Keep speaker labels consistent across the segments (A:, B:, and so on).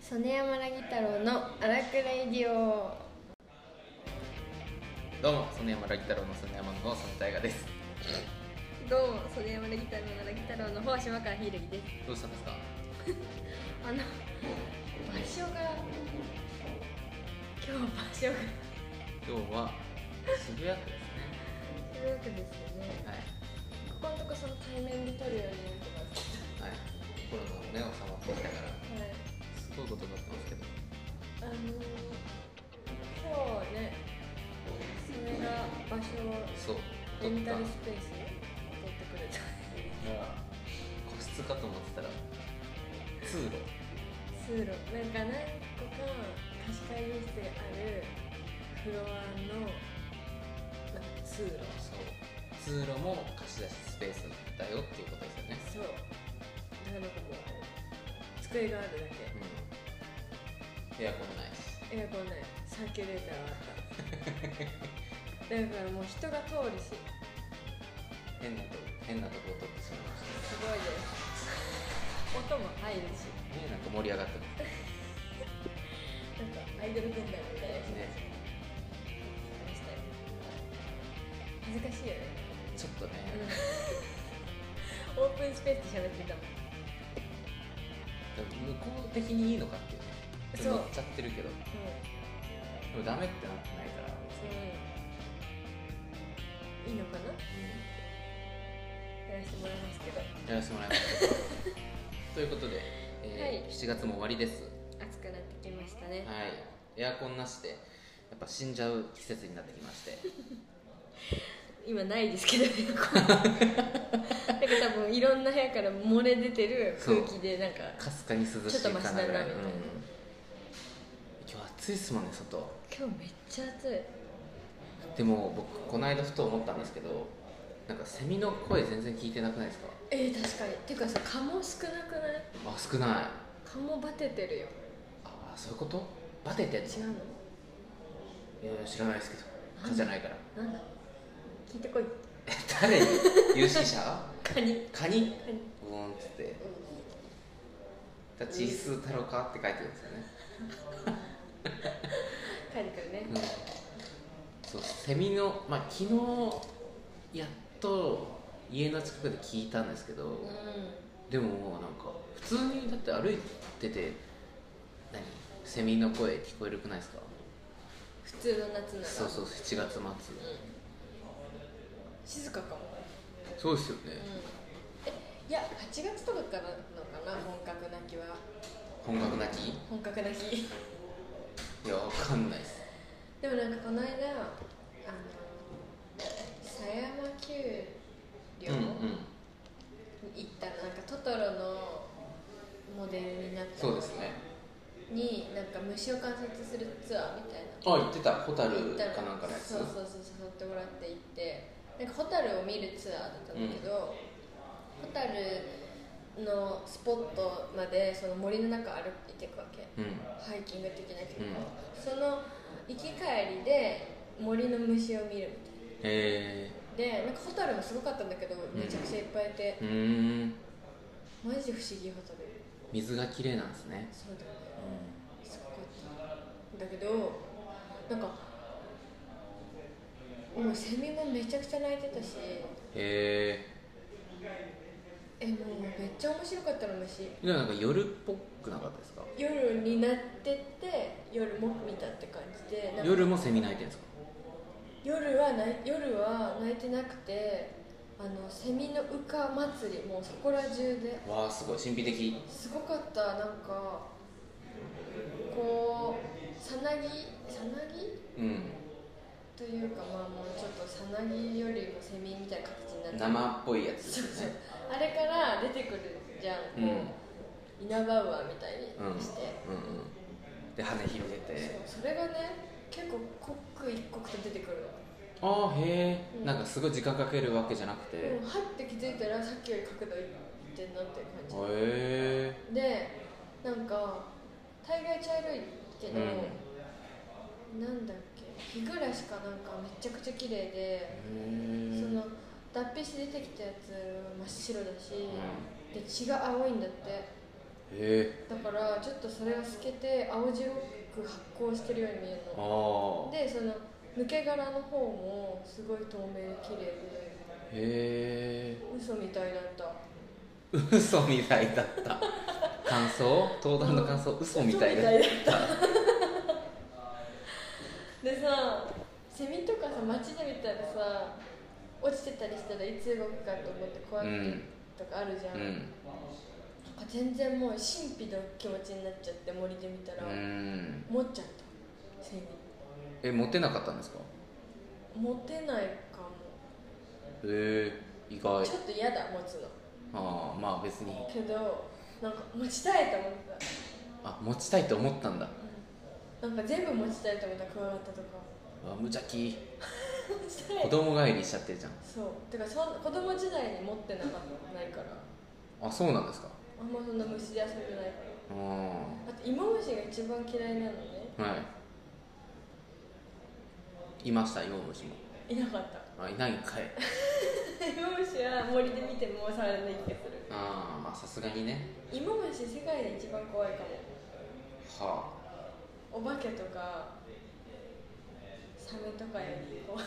A: 曽根山らぎ太郎の荒くレイディオ
B: どうも、曽根山ラギ太郎の曽根山の曽根大河です。
A: どうも曽根山らぎ太郎のらぎ太郎の方島川ひいるぎです
B: どうしたんですか
A: あの場所が今日場所が
B: 今日は渋谷区です
A: すごくですよね
B: ね。はい。
A: ここのとこその対面で撮るようになってます
B: はい。コロナもね、収まってきたから、
A: はい
B: すごいことになってますけど。
A: あの今日ねそれが場所を
B: そう、
A: レ
B: 取
A: ン
B: っ
A: タ
B: た。
A: ル
B: も
A: スペースを取ってくれた
B: う、個室かと思ってたら、通路。
A: 通路なんか何個か貸し会議室があるフロアのなんか通路
B: そう。通路も貸し出しスペースだよっていうことですよね。
A: そうだからなんかもう机があるだ
B: うん。エアコンないし。
A: けエアコンないサーキュレーターはあった だからもう人が通るし
B: 変なとこ、変なとこを取ってしまいました。
A: すごいです音も入るし
B: ね、なんか盛り上がってます
A: なんかアイドル軍団みたいな人たち
B: ね。
A: もしたり恥ずかしいよね、
B: ちょっとね、
A: オープンスペースで喋ってたもん
B: でも向こう的にいいのかっていうね。ちょっと
A: そう
B: 乗っちゃってるけど。
A: うん
B: でもダメってなってないから、
A: うんいいのかなやらせてもらいますけど
B: やらせてもらいま したということで、え
A: は
B: ー
A: い
B: 7月も終わりですは
A: 暑くなってきましたね、
B: いエアコンなしでやっぱ死んじゃう季節になってきま して
A: 今ないですけどエア コンなんか多分いろんな部屋から漏れ出てる空気でなんか
B: かすかに涼し
A: ちょっと
B: い
A: マシ
B: か
A: だ
B: な
A: な
B: ぐらい、
A: み
B: うん
A: たいな、
B: 今日暑いですもんね外
A: 今日めっちゃ暑い
B: でも僕この間ふと思ったんですけどなんかセミの声全然聞いてなくないですか
A: えー、確かにていうかさ蚊も少なくない
B: あ少ない
A: 蚊もバテてるよ
B: あそういうことバテてん
A: 違う
B: のいやいや知らないですけど蚊じゃないから
A: のなんだ聞いてこい
B: 誰に有識 者
A: 蚊に
B: 蚊
A: 蚊
B: に
A: に
B: ブーンっつって「だチースー太郎か?」って書いてるんですよね、
A: 帰ってくるね
B: うん、そうセミのまあ昨日やっと家の近くで聞いたんですけど、
A: うん
B: でももうなんか普通にだって歩いてて何セミの声聞こえるくないですか
A: 普通の夏なら
B: そうそう7月末
A: 静かかも
B: そうですよね
A: えいや8月とかからなのかな本格なきは
B: 本格なきい
A: 本格なき
B: やわかんないっす
A: でもなんかこの間あの狭山丘
B: う
A: 陵
B: んうん
A: に行ったら、なんかトトロのモデルになった
B: そうですね
A: になんか虫を観察するツアーみたいな
B: あ言ってたホタル
A: 行ったら
B: かなんかのやつ
A: そうそうそう誘ってもらって行ってなんかホタルを見るツアーだったんだけど、ホタルのスポットまでその森の中歩いていくわけ
B: うん
A: ハイキング的なけ
B: う
A: ど、
B: ん
A: その行き帰りで森の虫を見るみたいな
B: え
A: でなんかホタルもすごかったんだけどめちゃくちゃいっぱいいて
B: ー、う、ーん
A: マジで不思議ホタル
B: 水が綺麗なんですね、
A: そうだよね
B: う
A: すごかっただけどなんかもうセミもめちゃくちゃ鳴いてたし
B: ん、へ
A: えもうめっちゃ面白かったの虫
B: えでもなんか夜っぽくなかったですか
A: 夜になってって夜も見たって感じでなんか
B: 夜もセミ鳴いてるんですか
A: 夜はない夜は鳴いてなくてあのセミの羽化祭りもうそこら中で
B: わあすごい神秘的
A: すごかったなんかこうさなぎさなぎ
B: うん
A: というかまあもうちょっとさなぎよりもセミみたいな形になって
B: 生っぽいやつで
A: そう
B: す
A: そう
B: ね
A: あれから出てくるじゃん
B: うんうん
A: こうイナバウアーみたいにして、
B: うんで羽広げて
A: そうそれがね結構刻一刻と出てくるの、
B: ああへ
A: うん
B: えなんかすごい時間かけるわけじゃなくて
A: で
B: へ
A: もはって気づいたらさっきより角度いってんなっていう感
B: え
A: じでなんか大概茶色いけど、なんだっけ日暮らしかなんかめちゃくちゃ綺麗で、その脱皮して出てきたやつは真っ白だし、
B: う
A: で血が青いんだって
B: んえ
A: だからちょっとそれが透けて青白く発光してるように見える
B: ー、
A: の
B: ああ
A: でその抜け殻の方もすごい透明で綺麗で
B: へえ
A: 嘘みたいだった
B: 嘘みたいだった感想登壇の感想嘘みたいだ
A: 嘘みたいだったでさセミとかさ街で見たらさ落ちてたりしたらいつ動くかと思って怖
B: う
A: い
B: ん
A: とかあるじゃ、
B: うん
A: なんか
B: ん
A: 全然もう神秘の気持ちになっちゃって森で見たら、
B: うん
A: 持っちゃったセミ
B: えモテなかったんですか
A: 持てないかも
B: へえ意外
A: ちょっと嫌だ持つの
B: ああまあ別に
A: けどなんか持ちたいと思って
B: あ持ちたいと思ったんだ
A: たなんか全部持ちたいと思ったクワガタとか
B: あ無邪
A: 持
B: 気
A: ちた
B: 子
A: い
B: 供返りしちゃってるじゃん
A: そうてかそん子供時代に持ってなかったないから
B: あそうなんですか
A: あんまそんな虫で遊んでないから
B: ああ
A: あと芋虫が一番嫌いなのね
B: はい。いました、イモムシも。
A: いなかった
B: あ、いないんかい。
A: 芋虫は森で見ても触れない気がする
B: ああ、まあさすがにね。
A: 芋虫世界で一番怖いか
B: は
A: もお化けとかサメとかより怖い
B: あ。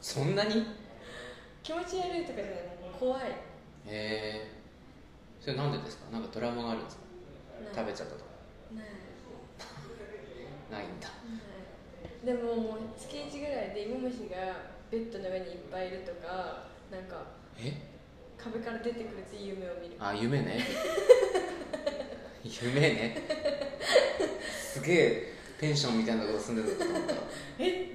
B: そんなに
A: 気持ち悪いとかじゃないもう怖い
B: へえ。それなんでですかなんかドラマがあるんですか食べちゃったとか。
A: ないない
B: ないんだ。
A: はいでももう月1ぐらいでイモムシがベッドの上にいっぱいいるとかなんか
B: え
A: 壁から出てくるっていう夢を見る
B: あ、夢ね。夢ね。すげえペンションみたいなとこ住んでるのかと思った。
A: え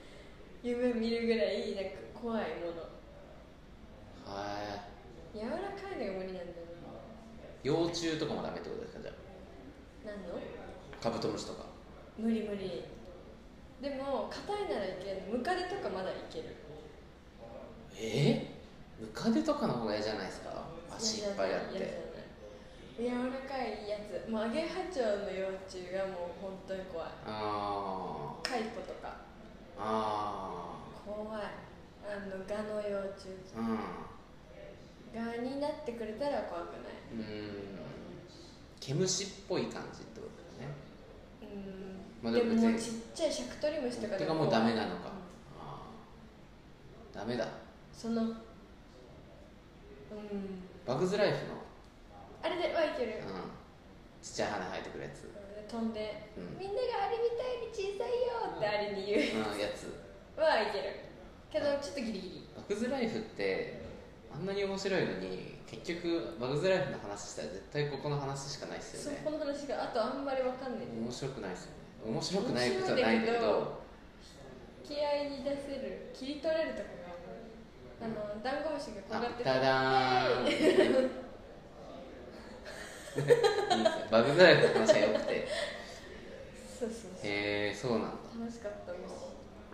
A: 夢を見るぐらいなんか怖いもの
B: は
A: 柔らかいのが無理なんだよ
B: い。幼虫とかもダメってことですかじゃ
A: ななんの
B: あ。カブトムシとか。
A: 無理無理でも硬いならいけるムカデとかまだいける
B: えー、ムカデとかの方が嫌じゃないですか足いっぱいあっ
A: 嫌じゃない
B: て
A: 嫌じゃない柔らかいやつもうアゲハチョウの幼虫がもう本当に怖い
B: あー
A: カイコとか
B: あ
A: 怖いあのガの幼虫
B: ーうんう
A: ガになってくれたら怖くない
B: ーん毛虫っぽい感じってことだよね
A: うん、
B: まあ
A: で
B: でも
A: も
B: 別に
A: もうちっちゃいシャクトリムシとか
B: て
A: で
B: か
A: も
B: もうダメなの
A: う
B: か
A: ん
B: あーダメだ
A: そのうん
B: バグズライフの、
A: あれではいけ
B: うん
A: る、
B: ちっちゃい花生えてくるやつ
A: 飛んで、
B: うん
A: みんながあれみたいに小さいよってあれに言
B: うんやつ
A: うはいけるけどちょっとギリギリ
B: バグズライフってあんなに面白いのに結局バグズライフの話したら絶対ここの話しかないっす
A: そ
B: よ
A: う
B: ね
A: この話があとあんまりわかんない
B: 面白くないですよね面白くないことはないんだ
A: 面白い
B: け
A: んだ
B: ど
A: 気合いに出せる切り取れるとかがあのダンゴムシがこう
B: あ
A: やって
B: ダダーンいいですよバグザライフの話が良くてへ
A: そうそうそう
B: えそうなんだ
A: 楽しかったです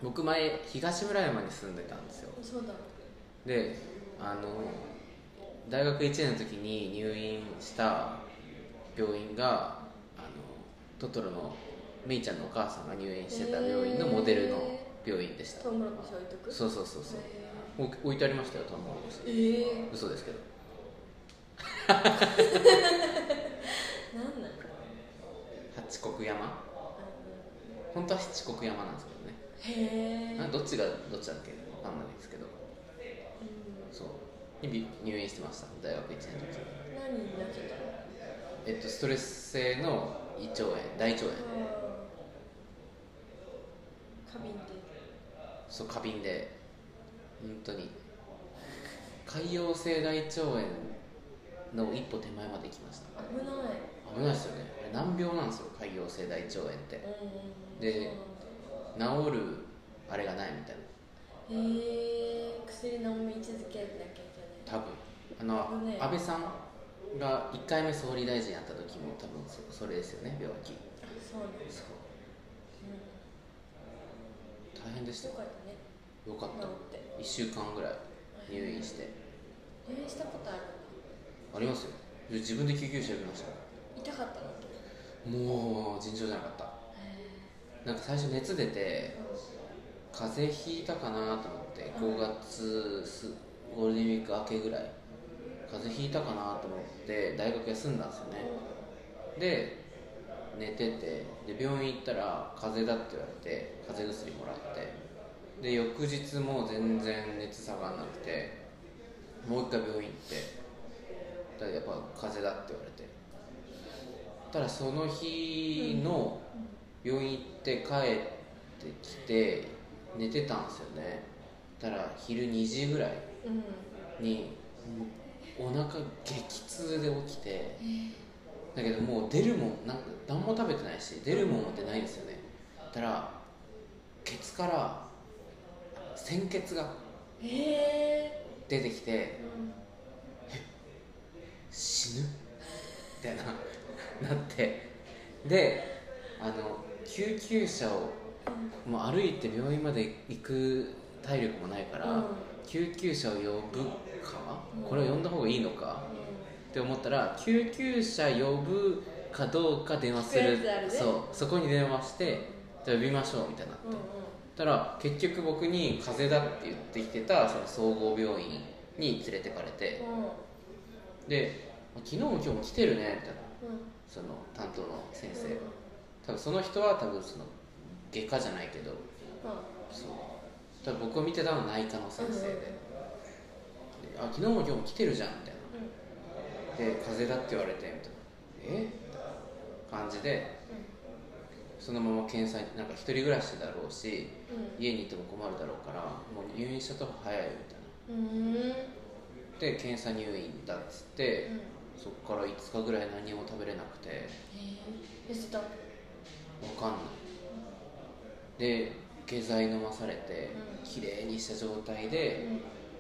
B: 僕前東村山に住んでたんですよ
A: そうだ
B: であの大学1年の時に入院した病院があのトトロのめいちゃんのお母さんが入院してた病院のモデルの病院でした
A: トウモロコシ置いとく
B: そうそうそうそう
A: へー
B: お置いてありましたよトウモロコシ
A: え
B: 嘘ですけど
A: ー、なんなん
B: 八国山本当は七国山なんですけどね、
A: へえ
B: あどっちがどっちだっけ分かんないですけどそうに入院してました大学1年の時
A: 何になっちゃったの
B: えっとストレス性の胃腸炎大腸炎
A: あー花瓶で
B: そう過敏で本当に潰瘍性大腸炎の一歩手前まで来ました
A: 危ない
B: 危ないですよねあれ難病なんですよ潰瘍性大腸炎って
A: うん
B: で
A: そうなんだ
B: 治るあれがないみたいな
A: へえ薬飲み続けなきゃいけない
B: 多分あの、
A: 危ねえ
B: 安倍さんが1回目総理大臣やった時も多分そそれですよね病気
A: あそうなんだ
B: そう
A: うん
B: 大変でした
A: よ
B: よ
A: かったね
B: よかっ
A: 治って
B: た1週間ぐらい入院して
A: 入院したことある
B: ありますよ自分で救急車呼びました
A: 痛かったの
B: もう尋常じゃなかったなんか最初熱出て風邪ひいたかなと思って5月すゴールデンウィーク明けぐらい風邪ひいたかなと思って大学休んだんですよねで寝ててで病院行ったら風邪だって言われて風邪薬もらってで翌日も全然熱下がんなくてもう一回病院行ってだからやっぱ風邪だって言われてただその日の病院行って帰ってきて寝てたんですよねたら昼2時ぐらい
A: うん
B: にもうお腹激痛で起きてだけどもう出るもんなんか何も食べてないし出るもんってないんですよねたらケツから鮮血が
A: え
B: 出てきて
A: ーうん
B: 死ぬみたいななってであの救急車をもう歩いて病院まで行く体力もないから、
A: うん
B: 救急車を呼ぶか、
A: うん
B: これを呼んだ方がいいのかって思ったら救急車呼ぶかどうか電話す
A: 聞
B: る
A: くやつあるね
B: そうそこに電話してじゃあ呼びましょうみたいになって、
A: うんうん
B: たら結局僕に風邪だって言ってきてたその総合病院に連れてかれて、
A: うんうん
B: で昨日も今日も来てるねみた
A: う
B: いな
A: ん
B: その担当の先生が多分その人は多分その外科じゃないけど
A: う
B: そう多分僕を見てたのは内科の先生
A: う
B: で,
A: んうん
B: で、あ昨日も今日も来てるじゃんみたい
A: んうん
B: なで風邪だって言われてみたいなえみたいな感じでそのまま検査になんか一人暮らしだろうし家にいても困るだろうからもう入院したとこ早いよみたいな
A: うんうんうん
B: で検査入院だっつって、そこから5日ぐらい何も食べれなくて、
A: えー痩せたうん
B: わかんないで下剤飲まされて
A: うん
B: 綺麗にした状態で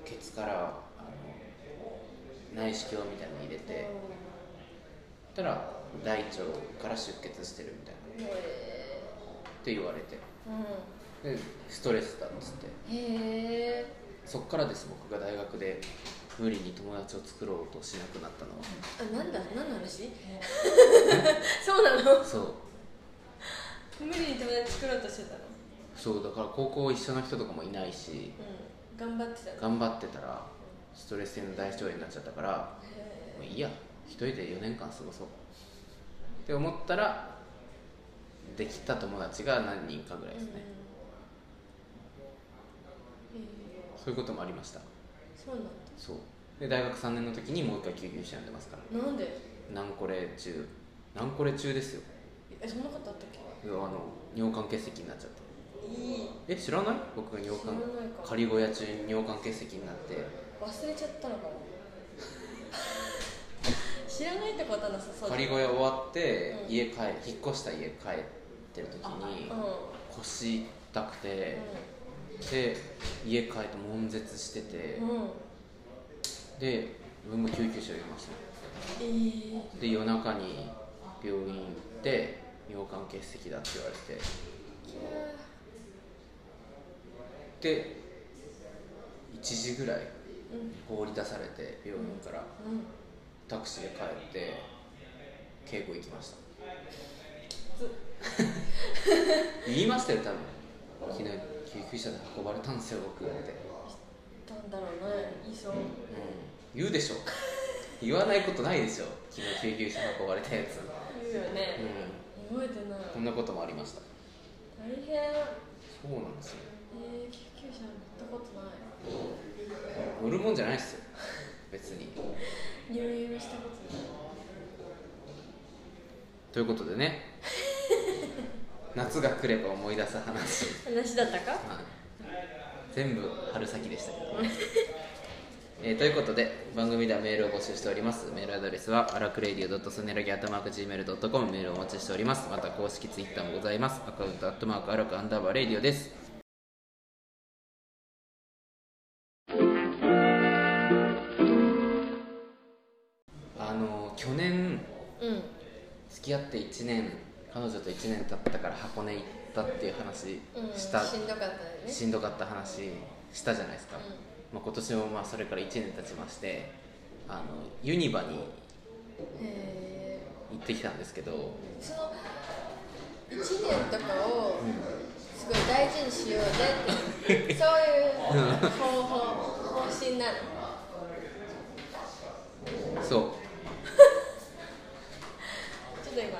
B: ケツからあの内視鏡みたいなの入れてたら大腸から出血してるみたいな
A: うんへ
B: って言われて
A: ーうん
B: でストレスだっつって
A: へえ
B: そっからです僕が大学で無理に友達を作ろうとしなくなったのは
A: あなんだ何の話そうなの
B: そう
A: 無理に友達作ろうとしてたの
B: そうだから高校一緒の人とかもいないし
A: うん頑張ってたの
B: 頑張ってたらストレス性の大腸炎になっちゃったから
A: へ
B: もういいや一人で4年間過ごそうって思ったらできた友達が何人かぐら
A: え
B: いですね、
A: うんへ
B: そういうこともありました
A: ーそうなんだ
B: そうで大学3年の時にもう一回救急車呼んでますから
A: なんで
B: 何これ中何これ中ですよ
A: えそんなことあったっけ
B: あの尿管結石になっちゃって
A: いい
B: え知らない僕が尿管
A: 知らないか
B: 仮小屋中に尿管結石になって
A: 忘れちゃったのかも 知らないってことはなさそうだ
B: 仮小屋終わって
A: うん
B: 家帰引っ越した家帰ってる時に
A: うんうん
B: 腰痛くて、で家帰って悶絶してて、
A: うん
B: で僕も救急車呼びました
A: えー
B: で夜中に病院行って尿管結石だって言われ
A: いや
B: てで1時ぐらい
A: ーうん
B: 放り出されて病院か
A: う
B: ら
A: ん
B: タクシーで帰って稽古行きました 言いましたよ多分昨日救急車で運ばれたんですよ僕って、
A: なんだろうねいそう
B: うん、言うでしょ言わないことないでしょ昨日救急車運ばれたやつ
A: 言うよね
B: う
A: 覚えてない
B: ん、こんなこともありました
A: 大変
B: そうなんですよ
A: えー、救急車乗ったことない
B: 乗るもんじゃないですよ別に
A: 入院もしたことない
B: ということでね夏が来れば思い出す話、
A: 話だったか
B: はい全部春先でしたけどね、 えーということで番組ではメールを募集しておりますメールアドレスはアラクレディオソネラギアットマーク Gmail.com メールをお待ちしておりますまた公式ツイッターもございますアカウントアットマークアラクアンダーバーレディオですあの去年
A: うん
B: 付き合って1年彼女と1年経ったから箱根行ったっていう話
A: うん
B: した、
A: しんどかったよね
B: しんどかった話したじゃないですか、
A: うん
B: まあ、今年もまあそれから1年経ちましてあのユニバに
A: へ
B: 行ってきたんですけど、
A: ーその1年とかをすごい大事にしようねっていうそういう方法方針なの
B: そ
A: ち
B: う
A: ょっと今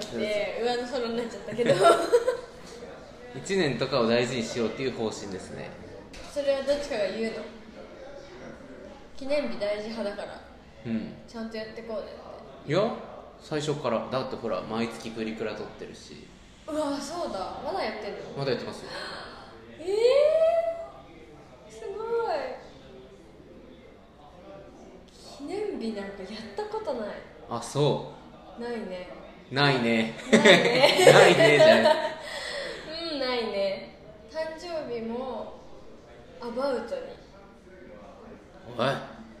A: 起きて上の空になっちゃったけど
B: 1年とかを大事にしようっていう方針ですね
A: それはどっちかが言うの記念日大事派だから
B: うん
A: ちゃんとやってこうねって
B: いや最初からだってほら毎月プリクラ撮ってるし
A: うわそうだまだやってんの
B: まだやってますよ
A: えー、すごい記念日なんかやったことない
B: あそ
A: ないね
B: うないね
A: ないね
B: ないねじゃない
A: うんないね誕生日もアバウトに
B: おい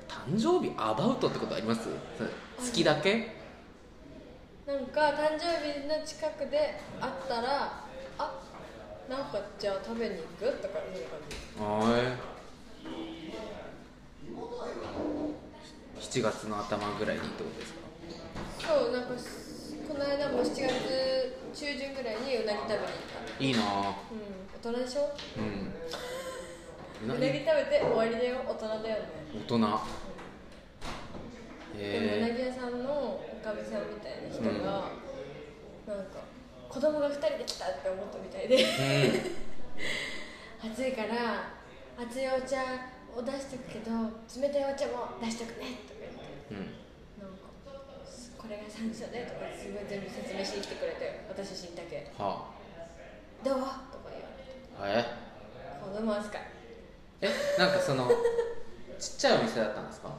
B: 誕生日アバウトってことありますそれ月だけ
A: なんか誕生日の近くで会ったらあなんかじゃあ食べに行くとかいう感じ
B: はい7月の頭ぐらいにってことですか
A: そうなんかすこの間も7月中旬ぐらいにうなぎ食べに行っ
B: いいなぁ
A: たうん大人でしょ
B: うん
A: うなぎ食べて終わりだよ大人だよね、
B: 大人
A: でもう
B: へ
A: なぎ屋さんのおかみさんみたいな人が、なんか子供が2人で来たって思ったみたいで
B: え
A: 暑いから熱いお茶を出してくけど冷たいお茶も出してくねとか言って
B: うん、うん、
A: なんかこれが山椒でとかすごい全部説明してきてくれて私死んだけ
B: は
A: どうとか言われて
B: あえ
A: 子供扱い
B: えなんかその ちっちゃいお店だったんですか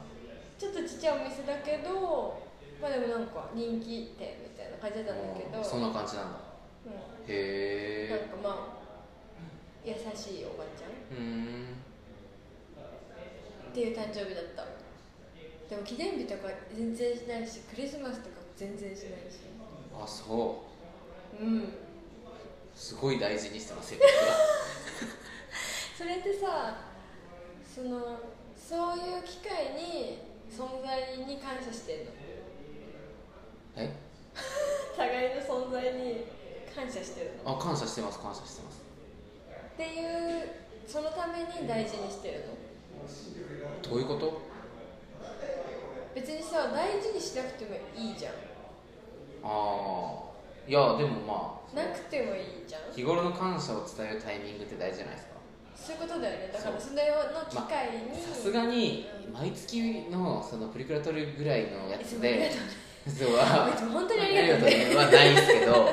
A: ちょっとちっちゃいお店だけどまあでもなんか人気店みたいな感じだったんだけど
B: そんな感じなんだ
A: うんなん
B: へ
A: かまあ優しいおばちゃん
B: えうん
A: っていう誕生日だったでも記念日とか全然しないしクリスマスとかも全然しないし
B: あそ
A: うん
B: うすごい大事にしてますよ
A: それってさそのそういう機会に存在に感謝してんの
B: え
A: 互いの存在に感謝してるの
B: あ感謝してます感謝してます
A: っていうそのために大事にしてるの
B: どういうこと
A: 別にさ大事にしなくてもいいじゃん
B: ああいやでもま
A: なくてもいいじゃん
B: あ日頃の感謝を伝えるタイミングって大事じゃないですか
A: そういうことだよねだから
B: そ
A: それの機会に
B: さすがに毎月のそのプリクラ撮るぐらいのや
A: いつ
B: つ
A: もありが
B: で
A: とう
B: 実は
A: いつも 本当にありがとう
B: あり
A: ね
B: がとうねはないです けどまあ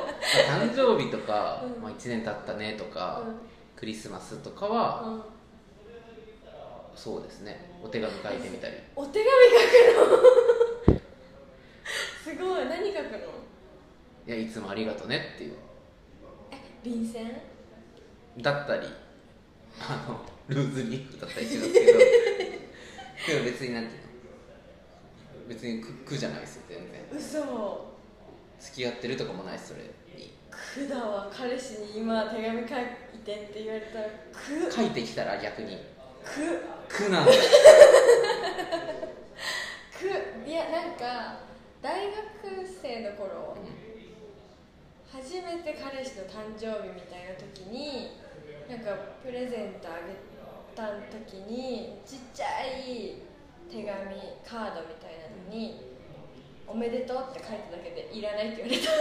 B: 誕生日とか、
A: うん
B: まあ、1年経ったねとか、
A: う
B: クリスマスとかは、
A: んうん
B: そうですねお手紙書いてみたり
A: お手紙書くの すごい何書くの
B: いやいつもありがとねっていう
A: え便箋
B: だったりあのルーズリーフだったりします けどでも別になんていうの別に苦苦じゃないですよ全然
A: 嘘
B: 付き合ってるとかもないしそれに
A: 苦だわ彼氏に今手紙書いてって言われたら苦
B: 書いてきたら逆に
A: 苦
B: 苦なんだよ
A: 苦いやなんか大学生の頃
B: う
A: 初めて彼氏の誕生日みたいな時になんかプレゼントあげた時にちっちゃい手紙カードみたいなのに「おめでとう」って書いただけで「いらない」って言われた
B: ん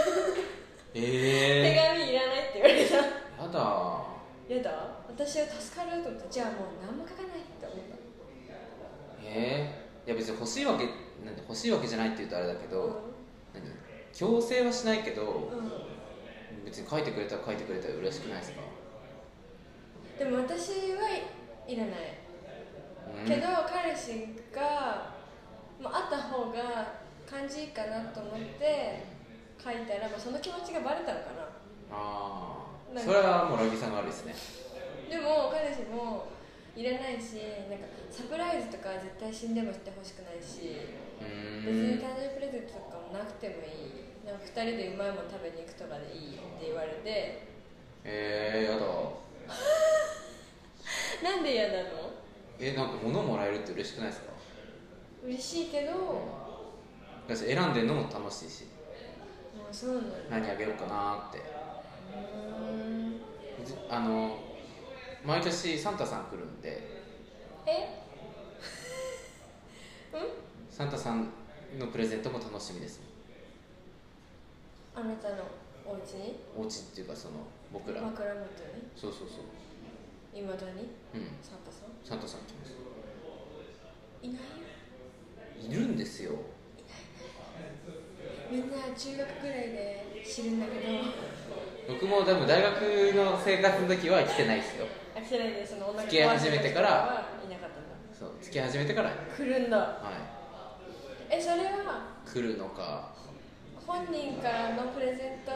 A: 「
B: ええ
A: 手紙いらない」って言われた
B: ー、やだ
A: やだ私は助かると思ったじゃあもう何も書かないって思った
B: ええー、いや別に欲しいわけなんで欲しいわけじゃないって言うとあれだけど、
A: う
B: 何強制はしないけど
A: ん、うん
B: 別に書いてくれたら書いてくれたら嬉しくないですか、
A: でも私はいらない
B: うん、
A: けど彼氏が、まあ、あった方が感じいいかなと思って書いたら、まあ、その気持ちがバレたのかな
B: ああ
A: なん
B: そ
A: か
B: れはもうラギさんが悪いですね
A: でも彼氏もいらないしなんかサプライズとかは絶対死んでもしてほしくないし
B: う
A: 別に
B: ーん
A: 誕生日プレゼントとかもなくてもいいなんか2人でうまいもの食べに行くとかでいいって言われて
B: えー、やだ
A: なんで嫌なの
B: えなんか物もらえるって嬉しくないですか
A: 嬉しいけども
B: だし選んでるのも楽しいし
A: うそうなの
B: 何あげようかなって
A: うーん
B: じあの毎年サンタさん来るんで
A: え うん
B: サンタさんのプレゼントも楽しみです
A: ああなたのお家に
B: お家っていうかその僕ら
A: 枕元に
B: そうそうそ
A: いまだに
B: ううん
A: サンタさん
B: サンタさん来ます
A: いないよ
B: いるんですよ
A: みんな中学ぐらいで知るんだけど
B: 僕もでも大学の生活の時は来てないですよ
A: あきないでその女
B: 付き合い始めてから
A: いなかったんだ
B: そう付き始めてから
A: 来るんだ
B: は
A: えそれはい
B: 来るのか
A: 本人からのプレゼント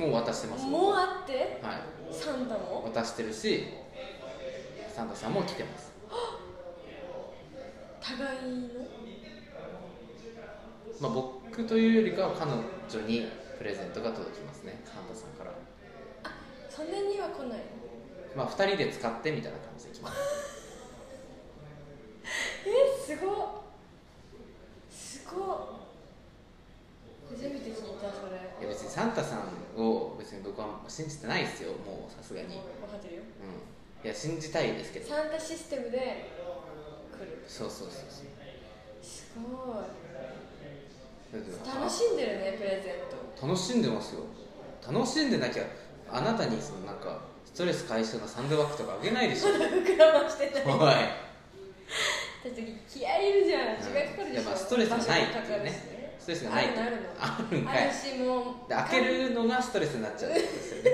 B: もう渡してます
A: もうあって
B: はい
A: サンタも
B: 渡してるしサンタさんも来てます
A: 互いの
B: まあ僕というよりかは彼女にプレゼントが届きますねサンタさんから
A: そんなには来ない
B: まあ2人で使ってみたいな感じで来ます
A: えすごっすごっ初めて聞いたそれ
B: いや別にサンタさんを別に僕は信じてないですよもうさすがにうん
A: 分かってるよ
B: いや信じたいですけど
A: サンタシステムで来る
B: そうそうそうそ
A: すごいう
B: だから
A: 楽しんでるねプレゼント
B: 楽しんでますよ楽しんでなきゃあなたにそのなんかストレス解消のサンドバッグとかあげない でしょ
A: 膨らましてない
B: おい
A: だって気合いいるじゃん、
B: うん
A: 時間かかるでしょ
B: いやまあストレスないってい
A: 場所もか
B: うね
A: かるしね
B: ストレスがない
A: あるのあるの
B: あるんかい
A: 私も
B: で開けるのがストレスになっちゃうんです よね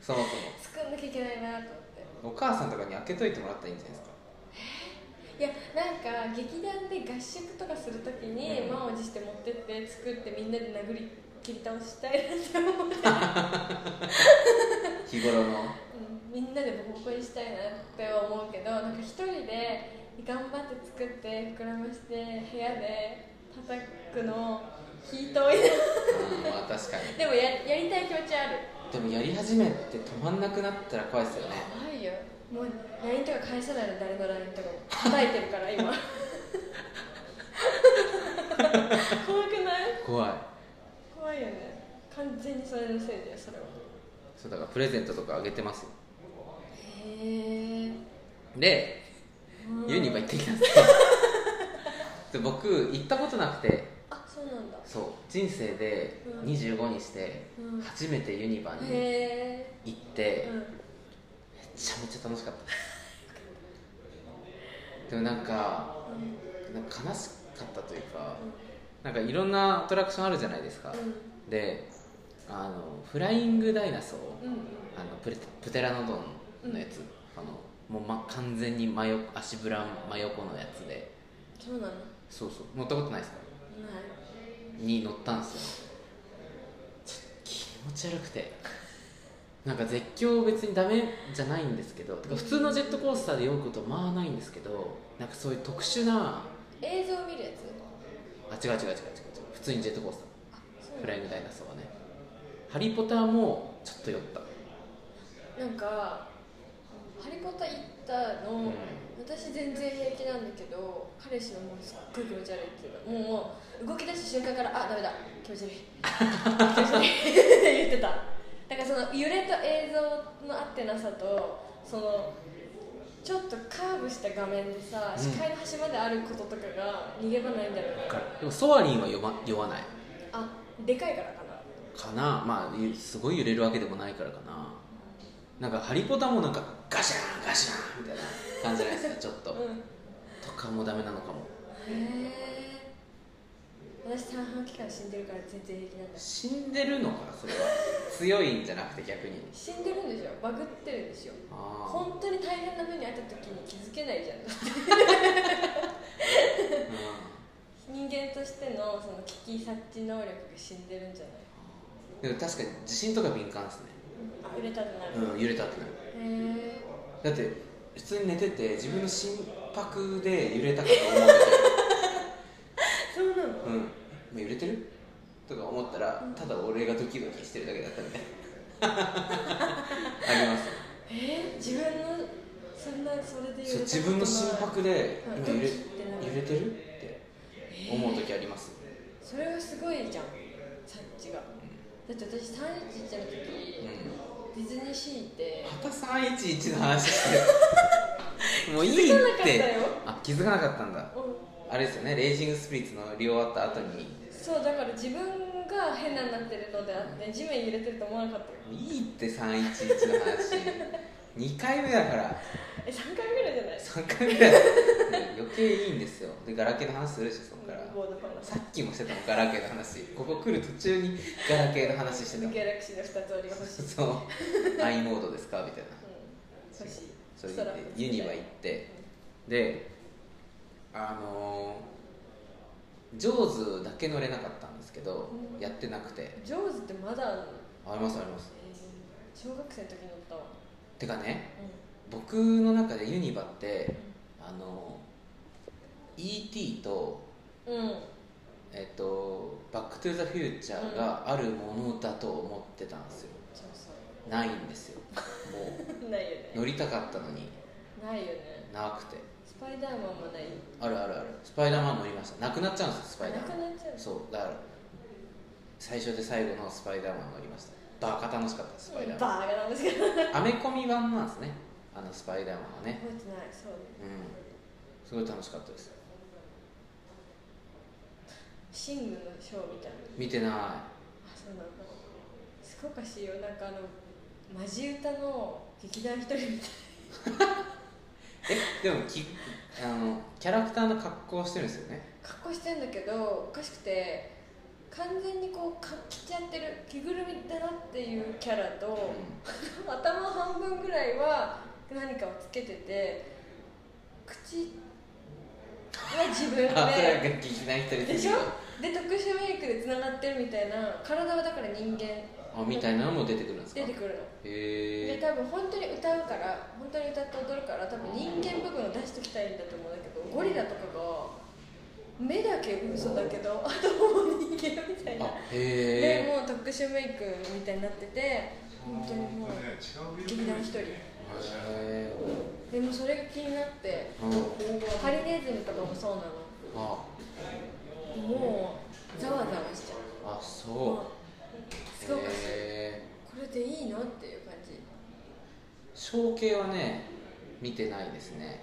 B: そもそ
A: 作んなきゃいけないなと思って
B: もお母さんとかに開けといてもらったらいいんじゃないですか
A: いやなんか劇団で合宿とかするときに
B: うん
A: 満を持して持ってって作ってみんなで殴り切り倒したいなって思って、
B: 日頃の
A: うんみんなでボコボコにしたいなって思うけどなんか一人で頑張って作って膨らまして部屋で叩くのひどいな
B: うんまあ確かに
A: でもややりたい気持ちある
B: でもやり始めて止まんなくなったら怖いですよね
A: 怖いよもう LINE とか返さないの誰の LINE と かも叩いてるから今 怖くない
B: 怖い
A: 怖いよね完全にそれのせいだよそれは
B: そうだからプレゼントとかあげてますよ
A: へえ
B: でユニバ行ってき たんですよで僕行ったことなくて
A: あそうなんだ
B: そう人生で
A: うん
B: 25にして
A: うん
B: 初めてユニバに
A: へ
B: 行っ
A: え
B: て
A: うん
B: めちゃめちゃ楽しかったですでもなんか
A: うん
B: なんか悲しかったというかなんかいろんなアトラクションあるじゃないですかであのフライングダイナソー
A: うんうん
B: あのプレプテラノドンのやつ、あのもう、ま、完全に真横足ぶら真横のやつで
A: そうなのな
B: そうそう乗ったことないですか
A: い
B: に乗ったんですよちょっと気持ち悪くてなんか絶叫別にダメじゃないんですけどてか普通のジェットコースターで酔うことまあないんですけどなんかそういう特殊な
A: 映像見るやつ
B: あ違う違う違う違う違う普通にジェットコース
A: あ
B: タ
A: そ
B: ー
A: う
B: フ
A: な
B: ライ
A: の
B: ングダイナソーはね「ハリー・ポター」もちょっと酔った
A: なんか「ハリポタ」行ったの、
B: うん
A: 私全然平気なんだけど彼氏のもうすっごい気持ち悪いっていうかもうもう動き出した瞬間から「あダメだ気 持ち悪い気持ち悪い」言ってただからその揺れと映像の合ってなさとそのちょっとカーブした画面でさ
B: うん
A: 視界の端まであることとかが逃げ場ないんだろうね、
B: でもソアリンは酔,、ま、酔わない
A: あでかいからかな
B: かなまあゆすごい揺れるわけでもないからかななんか「ハリポタ」もなんかガシャンガシャンみたいな感じじゃないですかちょっと
A: うん
B: とかもダメなのかも
A: へえ私三半規管死んでるから全然平気なんだ
B: 死んでるのかそれは強いんじゃなくて逆に
A: 死んでるんでしょバグってるんでしょ
B: あー
A: 本当に大変な目に遭った時に気づけないじゃん
B: う
A: 人
B: ん
A: 間としてのその危機察知能力が死んでるんじゃない
B: でも確かに地震とか敏感ですね
A: あ揺れたくなる、
B: うん揺れたってなる
A: へえ
B: だって普通に寝てて自分の心拍で揺れたかと思ってて
A: そうなの
B: うんもう揺れてるとか思ったらただ俺がドキドキしてるだけだったみたい なあります
A: えー、自分のそんなそれで揺れた
B: そう自分の心拍で
A: うん
B: 今揺
A: ドキ
B: れ
A: ってなる
B: 揺れてるって思う時あります
A: それがすごいじゃん察知がだって私311の時
B: う
A: デ
B: ん
A: ィズニーシー行って
B: また311の話してる もういい
A: 気づかな
B: っ
A: かった
B: て
A: よ
B: あ気づかなかったんだ
A: うん
B: あれですよねレイジングスピリッツの利用終わった後に
A: そうだから自分がが変なになってるのであって地面揺れてると思わなかったよ
B: いいって311の話2回目だから
A: え3回ぐらいじゃない
B: 3回目だよ余計いいんですよでガラケーの話するでしょそっから
A: ボードパン
B: さっきもしてたもんガラケーの話ここ来る途中にガラケーの話してたもん
A: ギャラクシーの2つ折りが欲しい、うん、
B: そう i モードですかみたいな
A: 欲しい
B: それで行ってユニバ行ってであのー、ジョーズだけ乗れなかったんですけど、
A: うん
B: やってなくて
A: ジョーズってまだあるの、
B: ありますあります
A: えー小学生の時に乗ったわ
B: てかね
A: う
B: 僕の中でユニバって
A: ん
B: あのー ET と
A: うん、
B: えっと、バック・トゥ・ザ・フューチャーがあるものだと思ってたんですよ、
A: そうそ
B: ないんですよも
A: うないよ
B: う
A: ね
B: 乗りたかったのに
A: ないよね
B: なくて
A: スパイダーマンもない
B: あるあるあるスパイダーマン乗りましたなくなっちゃうんですよスパイダ
A: な
B: ー
A: く
B: マン
A: なっちゃう
B: そうだから最初で最後のスパイダーマン乗りましたバカ楽しかったスパイダーマン
A: バーがなんですけど覚
B: アメコミ版なんですねあのスパイダーマンは
A: え
B: ね
A: てないそう
B: うんすごい楽しかったです
A: シングのショーみたいな
B: 見てない
A: あそうなんだすごかしいよなんかあのマジ歌の劇団一人みたい
B: えでもきあのキャラクターの格好をしてるんですよね
A: な格好してんだけどおかしくて完全にこうか着ちゃってる着ぐるみだなっていうキャラと、
B: う
A: 頭半分ぐらいは何かをつけてて口は自分
B: んあそれは
A: で
B: 劇的な人です
A: でしょで特殊メイクでつながってるみたいな体はだから人間
B: あみたいなのも出てくるんですか
A: 出てくるので
B: へえ
A: 多分本当に歌うから本当に歌って踊るから多分人間部分を出しておきたいんだと思うんだけどゴリラとかが目だけ嘘だけど頭も人間みたいな
B: あ
A: で
B: へえ
A: もう特殊メイクみたいになってて本当にもう劇団一人
B: へ
A: でもそれが気になって
B: ーうん
A: ハリネズミとかもそうな
B: あ
A: のもうざわざわしちゃう
B: あそ
A: す
B: う
A: ごく
B: へえ
A: これでいいのっていう感じ
B: 象形はね見てないですね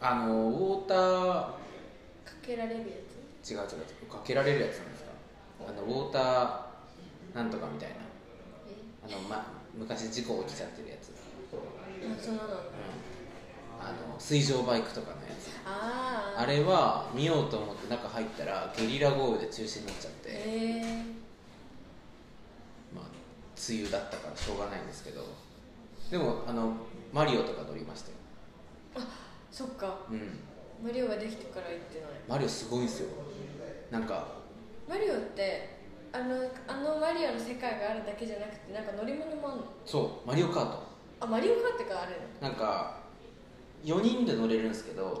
B: あのウォーター
A: かけられるや
B: 違う違う違うかけられるやつなんですかあのウォーターなんとかみたいな
A: つ
B: あの、ま、昔事故起きちゃってるやつ、うん、
A: えあそうなの
B: あの水上バイクとかのやつ
A: あー
B: あれは見ようと思って中入ったらゲリラ豪雨で中止になっちゃって、
A: えー、
B: まあ、梅雨だったからしょうがないんですけどでもあのマリオとか乗りましたよ、
A: そっか
B: うん、
A: マリオができてから行ってない
B: マリオすごいんですよなんか
A: マリオってあのあのマリオの世界があるだけじゃなくてなんか乗り物もあんの
B: そうマリオカート
A: あマリオカートがあるの
B: なんか4人で乗れるんですけど
A: う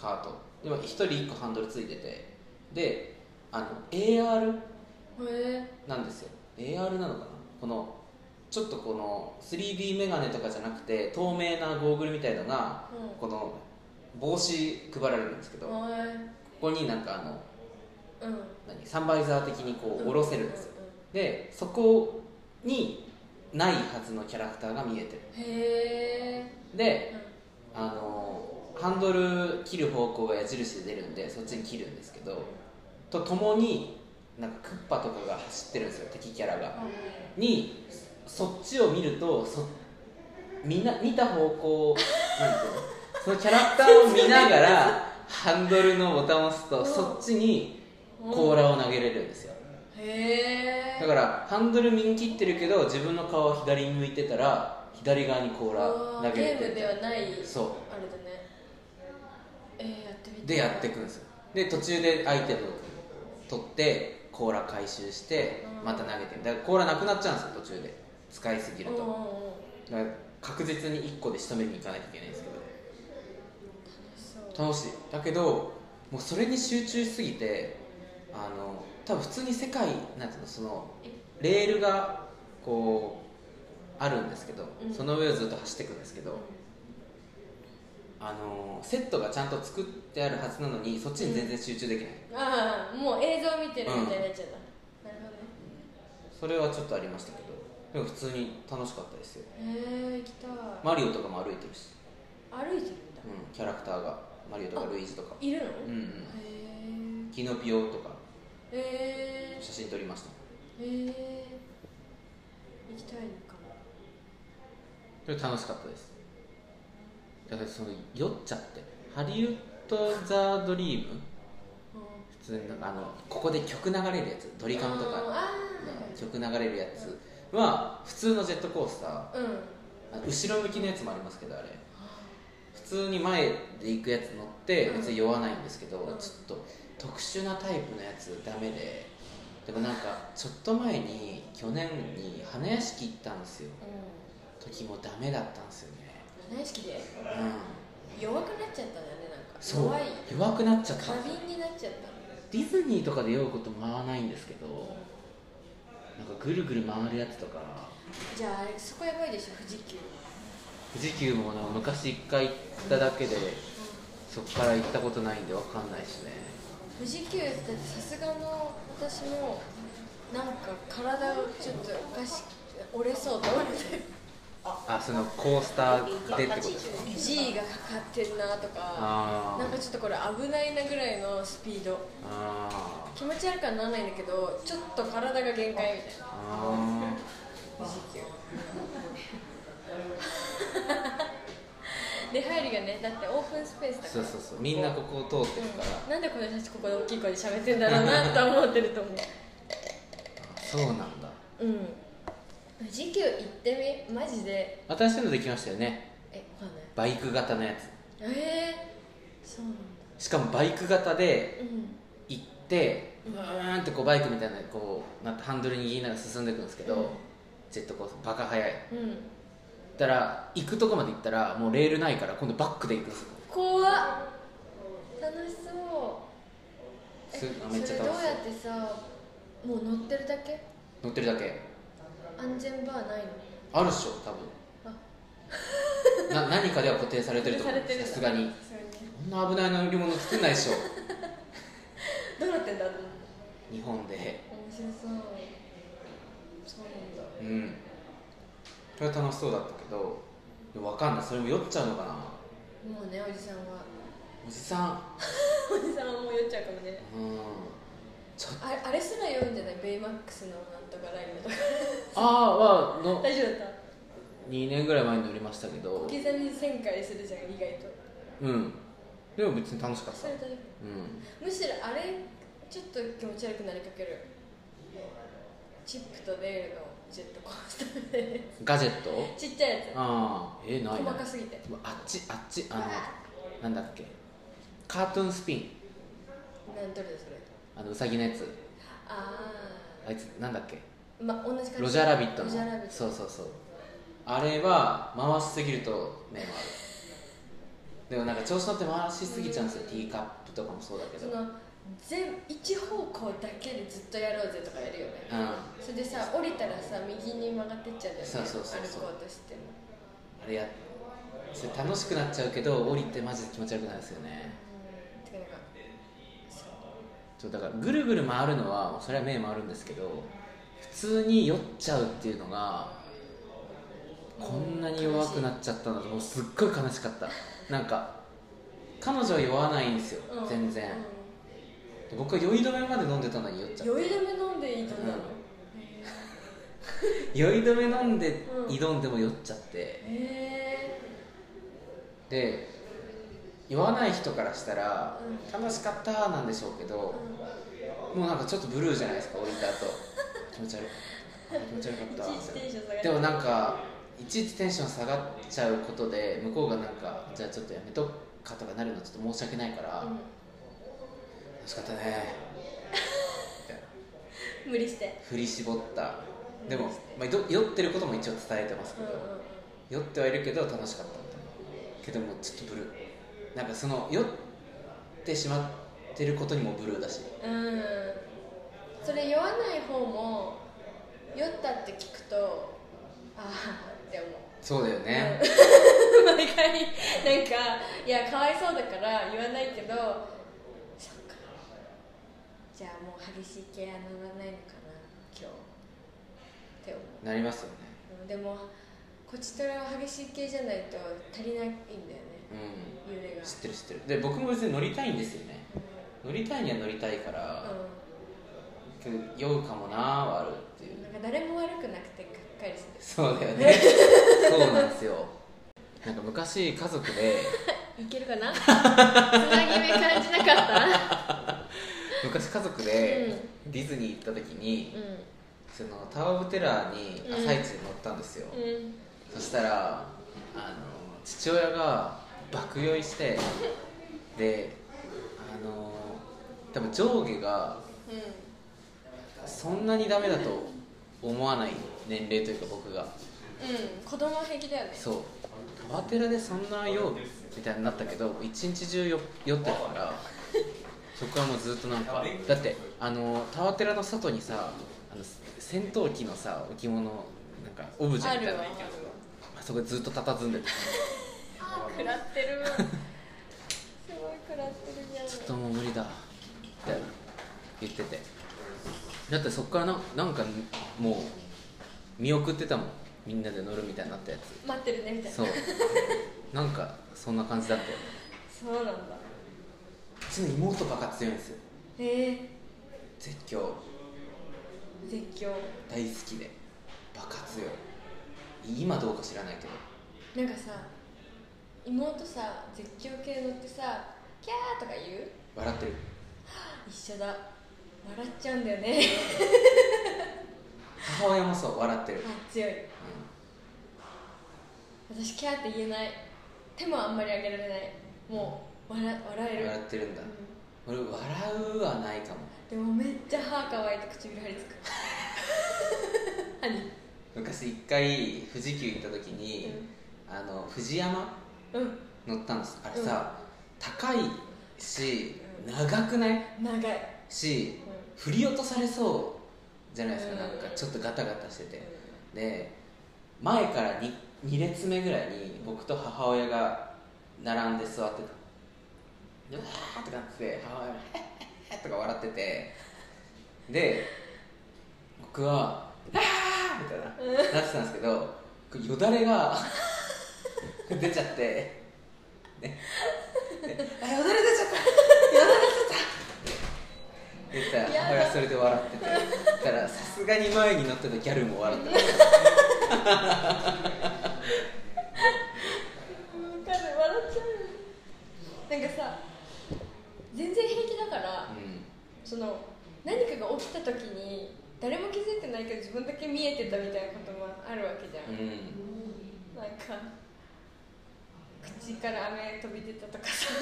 B: カートでも1人1個ハンドルついててであの AR
A: んへえ
B: なんですよ AR なのかなこのちょっとこの 3D メガネとかじゃなくて透明なゴーグルみたいのが
A: うん
B: この帽子配られるんですけどここになんかあの
A: うん
B: 何サンバイザー的にこう下ろせるんですよ、
A: う
B: でそこにないはずのキャラクターが見えて
A: うんへ
B: るで
A: え
B: あのハンドル切る方向が矢印で出るんでそっちに切るんですけどとともになんかクッパとかが走ってるんですよ敵キャラがにそっちを見るとそみな見た方向なんていうの そのキャラクターを見ながらハンドルのボタンを押す
A: う
B: と
A: ん
B: そっちに
A: うん
B: 甲羅を投げれるんですよ
A: へえ
B: だからハンドル右切ってるけど自分の顔を左に向いてたら左側に甲羅投げれ
A: ゲーム
B: て
A: ではないあれだね
B: そう
A: えー、やってみたい
B: でやっていくんですよで途中でアイテム取って甲羅回収して
A: うん
B: また投げてみだから甲羅なくなっちゃうんですよ途中で使いすぎる
A: うんうんうん
B: とだから確実に1個で仕留めに行かなきゃいけないんですけ
A: そう
B: ど楽しいだけどもうそれに集中しすぎてあの多分普通に世界なんていうのそのレールがこうあるんですけど、
A: うん
B: その上をずっと走っていくんですけど、あのセットがちゃんと作ってあるはずなのにそっちに全然集中できない、
A: ああもう映像見てるみたいになっちゃった、なる
B: それはちょっとありましたけどでも普通に楽しかったですよ
A: ほどねへえ行きたい、
B: マリオとかも歩いてるし、
A: 歩いてるんだ
B: うん、キャラクターがマリオとかルイージとか
A: いるの、
B: うんうん
A: へ
B: キノピオとか
A: えへえ
B: 写真撮りました
A: へえ行きたいのかも
B: でも楽しかったですだからその酔っちゃってハリウッド・ザ・ドリーム
A: う
B: 普通になんかあのここで曲流れるやつドリ
A: ん
B: カムと
A: あー
B: か
A: あ
B: 曲流れるやつは普通のジェットコースター
A: ーはいはいうん
B: あの後ろ向きのやつもありますけどあれ普通に前で行くやつ乗って
A: うん
B: 別に酔わないんですけど、
A: うん
B: ちょっと特殊なタイプのやつダメででもなんかちょっと前に去年に花屋敷行ったんですよ
A: う
B: 時もダメだったんですよね
A: ん大好きで
B: うん
A: 弱くなっちゃったんだよねなんか
B: そう
A: 弱い
B: 弱くなっちゃった
A: 過
B: んですよ
A: 敏になっちゃった
B: ディズニーとかで酔うことも合わないんですけどなんかぐるぐる回るやつとか
A: じゃああれそこやばいでしょ富士急
B: 富士急もなんか昔一回行っただけでそっから行ったことないんでわかんないですね
A: 富士急だってさすがの私もなんか体をちょっとおかしく折れそうと思って
B: あそのコースターでってことですか
A: G がかかってんなとか
B: あ
A: なんかちょっとこれ危ないなぐらいのスピード
B: ああ
A: 気持ち悪くはならないんだけどちょっと体が限界みたいな
B: あ
A: 富士急出入りがねだってオープンスペースだから
B: そうそうそうみんなここを通ってるから、
A: うんなんでこの人たちここで大きい声で喋ってんだろうなと思ってると思う
B: あそうなんだ
A: うん富士急行ってみマジで
B: 新しいのできましたよね
A: えわかんない
B: バイク型のや
A: ええそうなんだ
B: つしかもバイク型で
A: うん
B: 行ってうーんってこうバイクみたいなこうなってハンドル握りながら進んでいくんですけど、
A: うん
B: ジェットコースターバカ速い
A: うん
B: だから行くとこまで行ったらもうレールないから今度バックで行くんですよ
A: 怖っ楽しそうえ
B: す
A: そ
B: あめっちゃ
A: れどう
B: 楽しそう
A: やってさもう乗ってるだけ
B: 乗ってるだけ
A: 安全バーないの
B: あるっしょ多
A: あ
B: 分 な何かでは固定されてると思うん
A: 固定されてるん
B: で
A: だ
B: すさすがに
A: それね
B: こんな危ない乗り物作んないでしょ
A: どうなってんだと思って
B: 日本で
A: 面白そうそうなんだ
B: うんこれは楽しそうだったけどでもわかんないそれも酔っちゃうのかな
A: もうねおじさんは
B: おじさん
A: おじさんはもう酔っちゃうかもね
B: うんちょっと
A: ああれすら読んじゃないベイマックスのなんとかライブとか
B: ああはの
A: 大丈夫だった
B: 2年ぐらい前に乗りましたけ
A: 小
B: ど
A: 刻み旋回するじゃん意外と
B: うんでも別に楽しかっ
A: そ
B: た
A: れ大丈
B: うん
A: 夫むしろあれちょっと気持ち悪くなりかけるチップとデールのジェットコースターで
B: ガジェット
A: ちっちゃいや
B: ああえ
A: つ
B: ない
A: 細
B: な
A: かすぎて
B: うわあっちあっちあのなんだっけカートゥーンスピン
A: なんどれだそれ
B: あのうさぎのやつ
A: あ
B: あいつなんだっけ
A: あまあ同じ感じ
B: ロジャーラビットの
A: ロジャーラビット
B: そうそうそうあれは回しすぎると目回るでもなんか調子乗って回しすぎちゃうんですよティーカップとかもそうだけ
A: そ
B: どうん
A: の全一方向だけでずっとやろうぜとかやるよね
B: あ
A: それでさ降りたらさ右に曲がってっちゃうんだよね
B: そうそうそうそう
A: 歩こうとしても
B: れやそれ楽しくなっちゃうけど降りてマジで気持ち悪くなるんですよね
A: うんてかなんかそう
B: そうだからぐるぐる回るのはそれは目回るんですけど普通に酔っちゃうっていうのがこんなに弱くなっちゃったんだともうすっごい悲しかったなんか彼女は酔わないんですよ、
A: うん
B: 全然、で僕は酔い止めまで飲んでたのに酔っちゃ
A: うん
B: った
A: 酔い止め飲んでいいと思うの
B: うん
A: へ
B: 酔い止め飲んで
A: うん
B: 挑んでも酔っちゃって
A: え
B: で酔わない人からしたら
A: う
B: 楽しかったなんでしょうけどもうなんかちょっとブルーじゃないですか降りた後気持ち悪いあ気持ち悪かった
A: いちいちテンション下がる
B: でもなんかいちいちテンション下がっちゃうことで向こうがなんかじゃあちょっとやめとくかとかなるのちょっと申し訳ないから、
A: う
B: 楽しかったねみたいなん
A: 無理して
B: 振り絞ったでも、まあ、ど酔ってることも一応伝えてます
A: う
B: け
A: ん
B: ど、
A: うん
B: 酔ってはいるけど楽しかったみたいなけどもうちょっとブルーなんかその酔ってしまってることにもブルーだし
A: うんうんそれ酔わない方も酔ったって聞くとああって思う
B: そうだよね、
A: 毎回なんかいやかわいそうだから言わないけどそっかじゃあもう激しい系は乗らないのかな今日って思
B: なりますよね
A: うでもこちとらは激しい系じゃないと足りないんだよね
B: う
A: 揺れが
B: ん知ってる知ってるで僕も別に乗りたいんですよね乗りたいには乗りたいから、
A: うん
B: けど酔うかもなーはあるっていう
A: なんか誰も悪くなくてがっかりする
B: そうだ よねそうなんですよなんか昔家族 で
A: いけるかなつなぎ目感じなかっ
B: 昔家族でディズニー行った時に
A: たうん
B: そのタワー・オブ・テラーに
A: うん
B: 朝一で乗ったんですよ、
A: うん
B: そしたらあの父親が爆酔いしてであの多分上下が
A: う
B: そんなにダメだと思わない年齢というか僕
A: ん
B: が
A: うん子供平気だよね
B: そうタワテラでそんな酔うみたいになったけど一日中酔酔ってた からそこはもうずっとなんかだってあのタワテラの外にさあの戦闘機のさ置物なんかオブジェ
A: あ
B: みたい
A: る
B: な
A: わ
B: あそこでずっと佇んでた
A: 食らってるわすごい食らってるじゃん
B: ちょっともう無理だみたいな言っててだってそっからななんかもう見送ってたもんみんなで乗るみたいになったや
A: 待ってるねみたい
B: つ
A: な
B: そうなんかそんな感じだったよ
A: そうなんだ
B: うちの妹バカ強いんですよ
A: へえ
B: 絶叫
A: 絶叫
B: 大好きでバカ強い今どうか知らないけど
A: なんかさ妹さ絶叫系乗ってさキャーとか言う
B: 笑ってる
A: 一緒だ笑っちゃうんだよね
B: 母親もそう笑ってる、
A: あ強い私キャーって言えない手もあんまり上げられないもう笑笑え
B: うん
A: る、
B: 笑ってるんだ
A: う
B: 俺笑うはないかも
A: ん、でもめっちゃ歯乾いて唇張り 付く歯に
B: 昔一回富士急行った時に、あの藤山
A: うん、
B: 乗ったんですあれさ、高いし長くない
A: うん、長い、
B: し
A: うん
B: 振り落とされそうじゃないですか、
A: うん
B: なんかちょっとガタガタしててで前から 2, 2列目ぐらいに僕と母親が並んで座ってたでわーってなってて母親が「へっへっへ」とか笑っててで僕は「あーみたいななってたんですけどよだれが 出ちゃって、ねであよだれ出ちゃったよだれ出ちゃったって言ったら
A: やだ
B: 母親それで笑っててだからさすがに前に乗ってたギャルも笑ってた
A: うん、彼笑っちゃうなんかさ全然平気だから、
B: う
A: その何かが起きた時に誰も気づいてないけど自分だけ見えてたみたいなこともあるわけじゃん、
B: ん、うん、
A: なんか口から飴飛び出たとかさな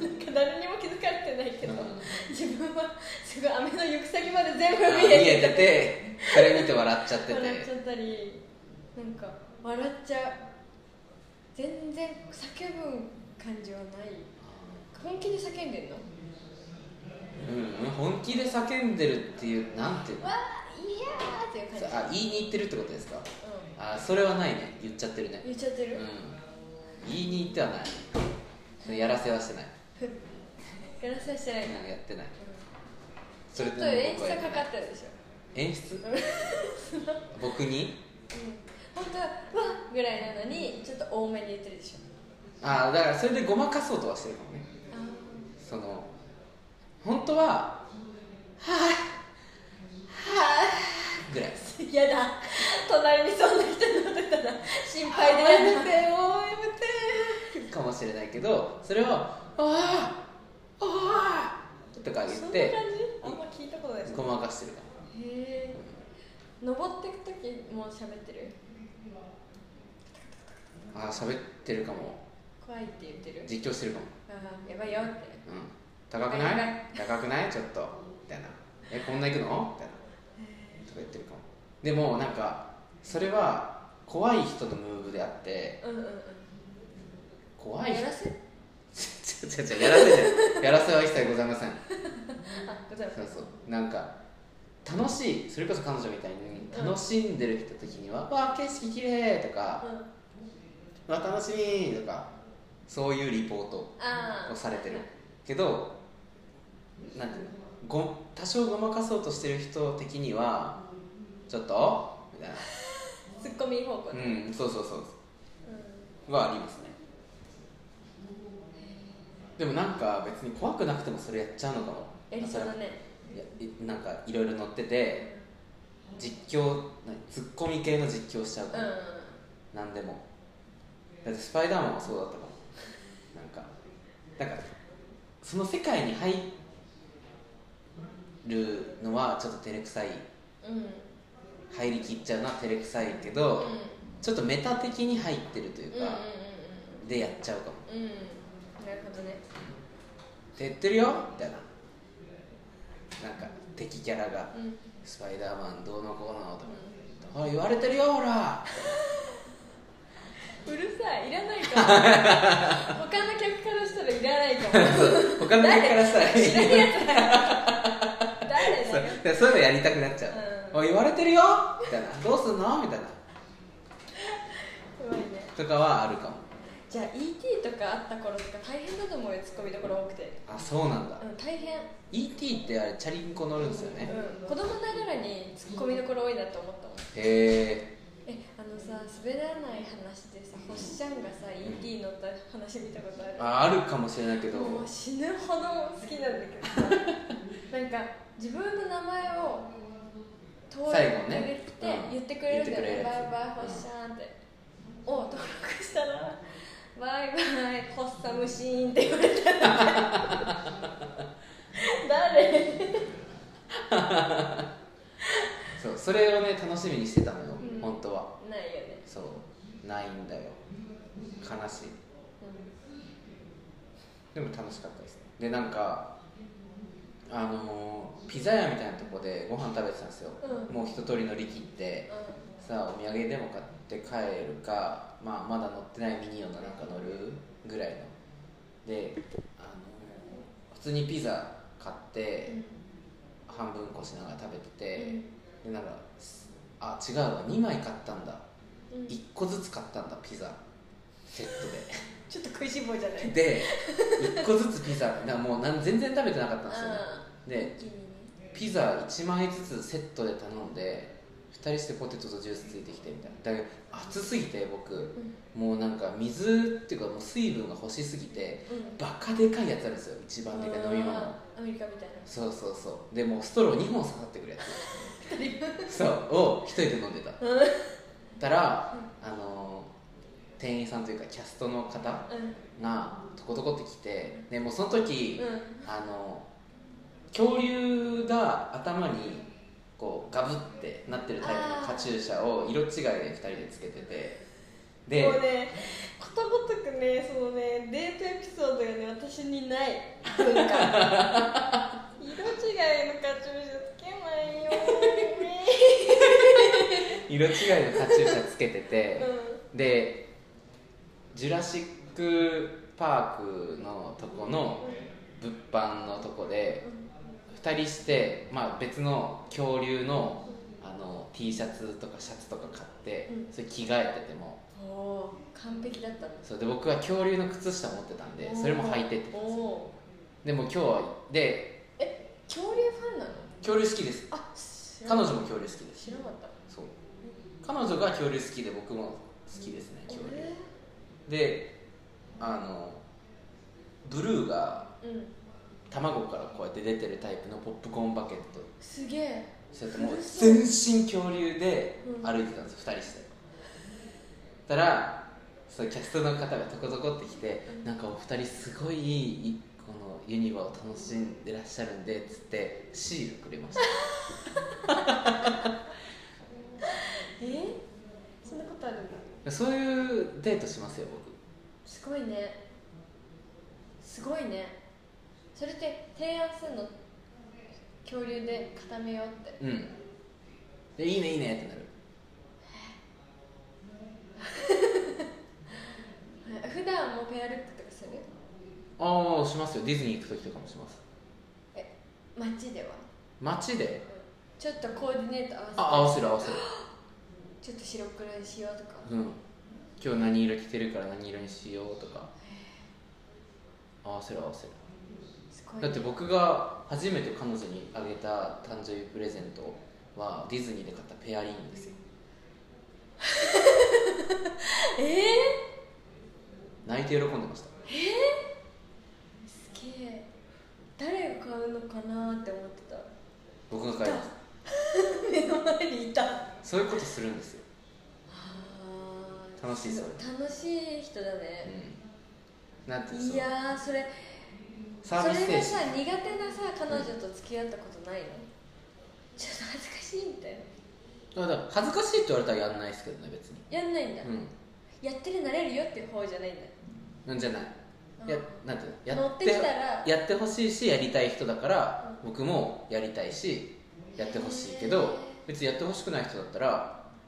A: んか誰にも気づかれてないけど、
B: うん
A: 自分はすごい飴の行く先まで全部
B: あ
A: 見
B: 見
A: え
B: え
A: て
B: ててそれ見て笑っちゃってて
A: 笑っちゃったりなんか笑っちゃう全然叫ぶ感じはない本気で叫んでんの
B: うん、本気で叫んでるっていうなんていうの
A: わあいやーっていう感じ
B: そうあ言いに行ってるってことですか
A: う
B: あそれはないね言っちゃってるね
A: ん、言っちゃってる、
B: うん、言いに行ってはないそれやらせはしてない
A: やらせしてないな、
B: うんやってない
A: ち
B: そ
A: ょ
B: れ
A: っ
B: で
A: と
B: も
A: 演
B: 僕
A: 出
B: は
A: が
B: や
A: か
B: ら
A: か
B: ない
A: ったでしょ
B: 演出僕に
A: 本当はわっぐらいなのにちょっと多めに言ってるでしょ
B: ああだからそれでごまかそうとはしてるかもね
A: あー
B: その本当は「はいはい」ぐらいです
A: やだ隣にそんな人乗ってたら心配で
B: や
A: やだ
B: めてよやめてかもしれないけどそれを「ああああ」とか言
A: そ
B: っ
A: んな感
B: て
A: じあんま聞いたことないです
B: ごまかしてるかも
A: へえ登ってく時も喋ってる
B: ああ喋ってるかも
A: 怖いって言ってる
B: 実況してるかも
A: ああやばいよって
B: うん高くない高くないちょっとみたいなえこんな行くのみたいなとか言ってるかもでもなんかそれは怖い人のムーブであって
A: うんうんうん
B: 怖い
A: や
B: 人
A: らせ
B: 違う違う違うやらせじゃんやらせは一切ございません
A: あございます
B: そうそうなんか楽しいそれこそ彼女みたいに
A: うん
B: 楽しんでる人時には「わあ景色綺麗とか
A: うん
B: 「わあ楽しみ」とかそういうリポート
A: ああ
B: をされてるけどなんていうのご多少ごまかそうとしてる人的にはちょっとみたいな
A: ツッコミ方向ね
B: うんそうそうそう
A: うん
B: はありますねでもなんか別に怖くなくてもそれやっちゃうのかも
A: やりそうだね
B: うやいなんかいろいろ載ってて実況何ツッコミ系の実況しちゃう
A: う
B: か
A: ん
B: ら、なんでもだってスパイダーマンはそうだったかもなんかなんかその世界に入るのはちょっと照れくさい
A: うんうん
B: 入りきっちゃうのは照れくさいけど、ちょっとメタ的に入ってるという
A: うんうんうん
B: か、でやっちゃうかも
A: うんうんなるほどね
B: 「てってるよ」みたいななんか敵キャラが
A: うん
B: 「スパイダーマンどうのこうの」とか「ほら言われてるよほら!」
A: うるさいいらないかも 他の客からしたらいらないかも
B: 他の人からしたら
A: 知らんやつだよ誰
B: そう
A: だよ
B: でそういうのやりたくなっちゃう「
A: うん
B: おい言われてるよ!」みたいな「どうすんの?」みたいな
A: すごいね
B: とかはあるかも
A: じゃあ ET とかあった頃とか大変だと思うよツッコミどころ多くて
B: あそうなんだ、
A: うん大変
B: ET ってあれチャリンコ乗るんですよね、
A: うん子供ながらにツッコミどころ多いなと思ったもん
B: へえ
A: えあのさ滑らない話でさ星ちゃんがさ ET 乗った話見たことある
B: ああるかもしれないけど
A: もう死ぬほど好きなんだけ どさなんか自分の名前を登
B: 最後
A: 録で
B: ね
A: きて
B: うん
A: 言ってくれるんだよね
B: 言ってくれるや
A: バ
B: つ
A: イバイホッシャーンって、を登録したらバイバイホッサムシーンって言われた んだよ誰
B: そうそれをね楽しみにしてたのよ、
A: うん
B: 本当は
A: ないよね、
B: そうないんだよ悲しい
A: うん
B: でも楽しかったですねでなんかあのーピザ屋みたいなとこでご飯食べてたんですよ、
A: うん
B: もう一通り乗り切ってさあお土産でも買って帰るか、まあ、まだ乗ってないミニオンの中乗るぐらいのであの普通にピザ買って半分こしながら食べてて、でなんかあ違うわ2枚買ったんだ
A: うんうん、
B: 1個ずつ買ったんだピザセットで
A: ちょっと食いしん坊じゃない
B: で1個ずつピザなもうなん全然食べてなかったんですよ、で
A: 一気にね
B: ピザ1枚ずつセットで頼んで2人してポテトとジュースついてきてみたいなだけど暑すぎて僕
A: うん
B: もうなんか水っていうかもう水分が欲しすぎて
A: うん
B: バカでかいやつあるんですよ一番でかい飲み物
A: あーアメリカみたいな
B: そうそうそうでもうストロー2本刺さってくるや つそうを一人で飲んでた
A: うん
B: たらあのー店員さんというかキャストの方
A: うん
B: がトコトコって来てでもうその時、
A: うん
B: あの恐竜が頭にこうガブってなってるタイプ
A: あー
B: のカチューシャを色違いで2人でつけてて
A: もう
B: で
A: ねことごとくねそのねデートエピソードがね私にない文化色違いのカチューシャつけないよね
B: 色違いのカチューシャつけてて
A: う
B: でジュラシック・パークのとこの物販のとこで2人して、まあ、別の恐竜のあの T シャツとかシャツとか買って
A: うん
B: それ着替えてても
A: んおー完璧だったん
B: そうで僕は恐竜の靴下持ってたんでそれも履いてって
A: おお
B: でも今日はで
A: ー恐竜ファンなの
B: 恐竜好きです
A: あ知ら
B: 彼
A: な
B: 女も恐竜好きです
A: 知らなかった
B: そう彼女が恐竜好きで僕も好きですね恐
A: え
B: 竜であのブルーが
A: ーうん
B: 卵からこうやって出てるタイプのポップコーンバケット
A: すげえ
B: そうやってもう
A: 古そう
B: 全身恐竜で歩いてたんですよ、2人してたらそのキャストの方がトコトコってきて「なんかお二人すごいいいこのユニバを楽しんでらっしゃるんで」っつってシールくれました
A: えー、そんなことあるんだ
B: そういうデートしますよ僕
A: すごいねすごいねそれって提案すんの恐竜で固めようって
B: うんでいいねいいねってなる
A: え普段もペアルックとかする
B: ああしますよディズニー行く時とかもします
A: 街では
B: 街で
A: ちょっとコーディネート合わせて
B: あ合わせる合わせる
A: ちょっと白黒にしようとか
B: うん今日何色着てるから何色にしようとか合わせる合わせる
A: すごい、
B: だ
A: ね、
B: って僕が初めて彼女にあげた誕生日プレゼントはディズニーで買ったペアリングですよ
A: え
B: 泣いて喜んでました
A: ー、すげえ誰が買うのかなって思ってた
B: 僕が書いた
A: 目の前にいたあ
B: そういうことするんですよ、
A: ー
B: 楽しいそれ
A: 楽しい人だね、
B: うん、なんていうの
A: いやーそれ
B: サービス
A: それ
B: 精
A: がさ
B: 神
A: 苦手なさ彼女と付き合ったことないの、ちょっと恥ずかしいみたい
B: あだから恥ずかしいって言われたらやんないですけどね別に
A: なやんないんだ、
B: う
A: やってるなれるよっていう方じゃないんだ
B: んうんじゃないやなんていうのや
A: 乗ってきたら
B: やってほしいしやりたい人だから僕もやりたいしやってほしいけ
A: へー
B: ど別にやってほしくない人だったら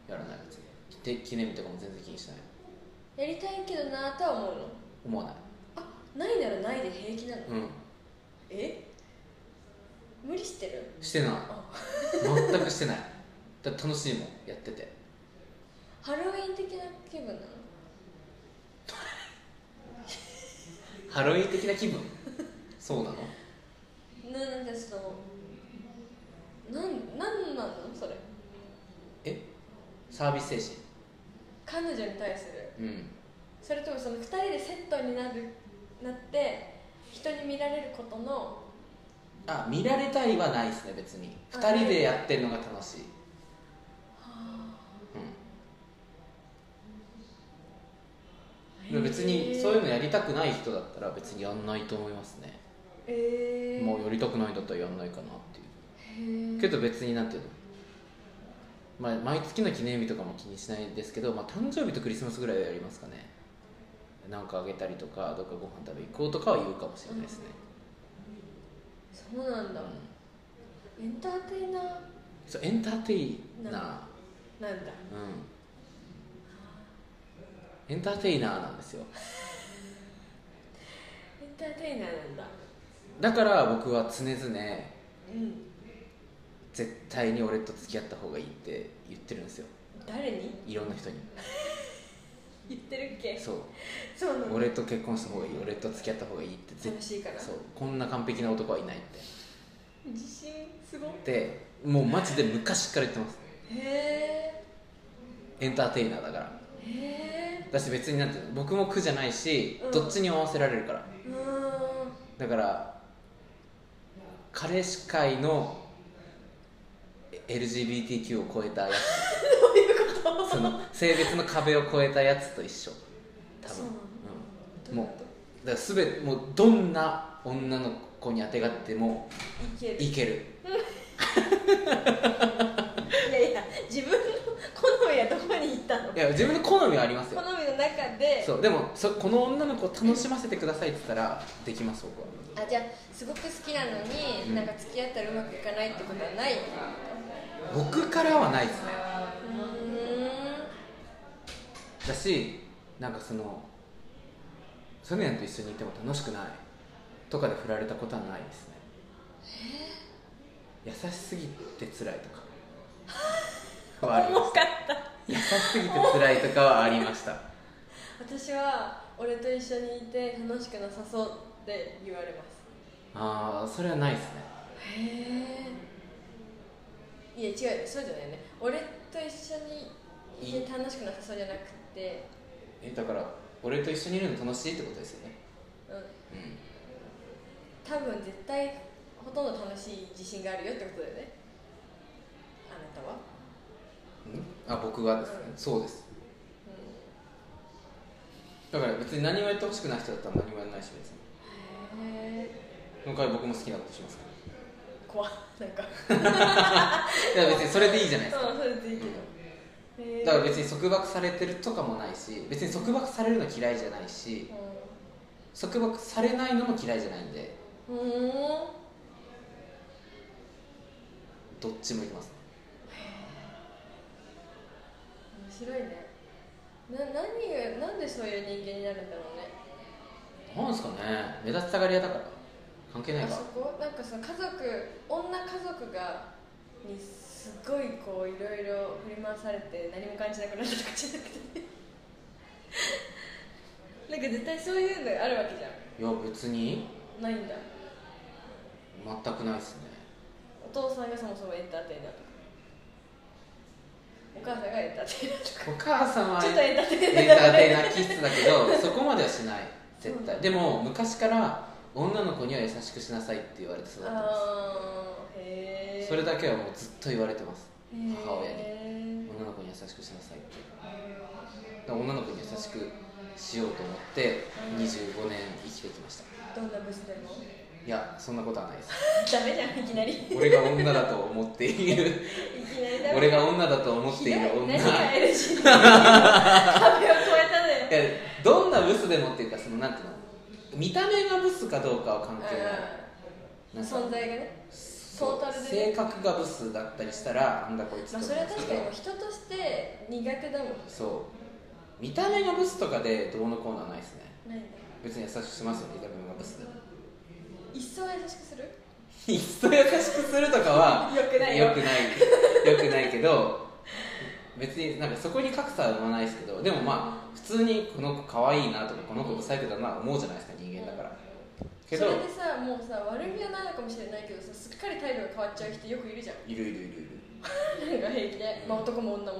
B: やらない別にで記念日とかも全然気にしない
A: やりたいけどなーとは思うの
B: 思わない
A: あないならないで平気なの
B: うん
A: え無理してる
B: してない
A: あ
B: 全くしてないだって楽しいもんやってて
A: ハロウィン的な気分なの
B: ハロウィン的な気分そうなの
A: ななんかそのなんなんなのそれ
B: えサービス精
A: 彼女に対する
B: 神うん
A: それともその2人でセットになるなって人に見られることの
B: あ見られたいはないですね別に
A: あ
B: 2人でやってるのが楽しい、うん、別にそういうのやりたくない人だったら別にやんないと思いますね、
A: えー、
B: もうやりたくないんだったらやんないかなっていう
A: へ
B: け
A: え
B: ど別になんていうのまあ、毎月の記念日とかも気にしないですけど、まあ、誕生日とクリスマスぐらいはやりますかねなんかあげたりとかどっかご飯食べ行こうとかは言うかもしれないですね、
A: そうなんだ
B: うん
A: エンターテイナー
B: そうエンターテイナー
A: ななんだ
B: うんエンターテイナーなんですよ
A: エンターテイナーなんだ
B: だから僕は常々
A: うん
B: 絶対に俺と付き合った方がいいって言ってるんですよ
A: 誰に
B: いろんな人に
A: 言ってるっけ
B: そう
A: そうなんだ
B: 俺と結婚した方がいい俺と付き合った方がいいって絶
A: 楽しいから
B: そうこんな完璧な男はいないっ
A: 自信すごい
B: てでもうマジで昔から言ってます
A: へ
B: エンターテイナーだから
A: えへえ
B: だし別になんていうの僕も苦じゃないし、
A: うん
B: どっちにも合わせられるから
A: うーん
B: だから彼氏界のえ LGBTQ を超えたやつどういうことその性別の壁を超えたやつと一緒多
A: そうな
B: 分
A: の
B: うん、もうだからすべてもうどんな女の子にあてがっても
A: いける
B: いける
A: いやいや自分の好みはどこに行ったの
B: いや自分の好みはありますよ
A: 好みの中で
B: そうでもそこの女の子を楽しませてくださいって言ったらできます僕は
A: あじゃあすごく好きなのに、
B: うん
A: なんか付き合ったらうまくいかないってことはないうん
B: 僕からはないですねだしなんかそのソニアンと一緒にいても楽しくないとかで振られたことはないですね優しすぎて辛い とかはありま
A: 重
B: し
A: か
B: た
A: った
B: 優しすぎて辛いとかはありました
A: 私は俺と一緒にいて楽しくなさそうって言われます
B: ああそれはないですね
A: へえいや違うそうじゃないね俺と一緒にいて楽しくなさそうじゃなくて
B: えだから俺と一緒にいるの楽しいってことですよね
A: うん
B: うん
A: 多分絶対ほとんど楽しい自信があるよってことだよねあなたは
B: あ僕はですね、そうですだから別に何もやってほしくない人だったら何もやらないし別に
A: うんへえ
B: その代わり僕も好きなことしますか
A: 怖っなんか
B: らいや別にそれでいいじゃないですか
A: うんそれでいいけど、へえ
B: だから別に束縛されてるとかもないし別に束縛されるの嫌いじゃないし束縛されないのも嫌いじゃないんで
A: うんうん
B: どっちもいきます
A: 面白いねな何がなんでそういう人間になるんだろうね
B: なんですかね目立ちたがり屋だから関係ない
A: あ
B: か
A: そこなんかその家族女家族がにすごいこういろいろ振り回されて何も感じなくなったとかじゃなくて なんか絶対そういうのあるわけじゃん
B: いや別に
A: ないんだ
B: 全くないですね
A: お父さんがそもそもエンターテイナーとかお母さんがエンターテイナーとか
B: お母さんは
A: ちょっとエンターテイナー
B: エンターテイナー気質だけどそこまではしない絶対でも昔から女の子には優しくしなさいって言われて育ったんで
A: あーへ
B: すそれだけはもうずっと言われてます
A: へー
B: 母親に女の子に優しくしなさいってだから女の子に優しくしようと思って25年生きてきました
A: どんなブスでも
B: いやそんなことはないです
A: ダメじゃんいきなりいき
B: 俺が女だと思っている
A: なりダメ
B: 俺が女だと思っている女
A: ひどい何が LG 壁を越えたのよ
B: いやどんなブスでもっていうかそのなんていうの見た目がブスかどうかは関係ない
A: うん
B: なんか
A: 存在がね
B: そ
A: ト
B: う
A: ータルでね
B: 性格がブスだったりしたらなんだこいつ
A: まあ
B: と
A: そ
B: 思
A: れは
B: うんです
A: 確
B: け
A: か
B: ど
A: に人として苦手だもん
B: そう見た目がブスとかでどうのこうのはないですね
A: ないんだ
B: 別に優しくしますよ見た目がブスでも
A: 一層優しくする
B: いっそ優しくするとかは
A: よくないよ
B: よくないよくないけど別になんかそこに格差は生まないですけどでもまあ普通にこの子可愛いなとかこの子ブサイクだな思うじゃないですか人間だからけ
A: そ
B: ど
A: れでさもうさ悪気はないのかもしれないけどさすっかり態度が変わっちゃう人よくいるじゃん
B: いるいるいるいる
A: なんか平気で、まあ、男も女も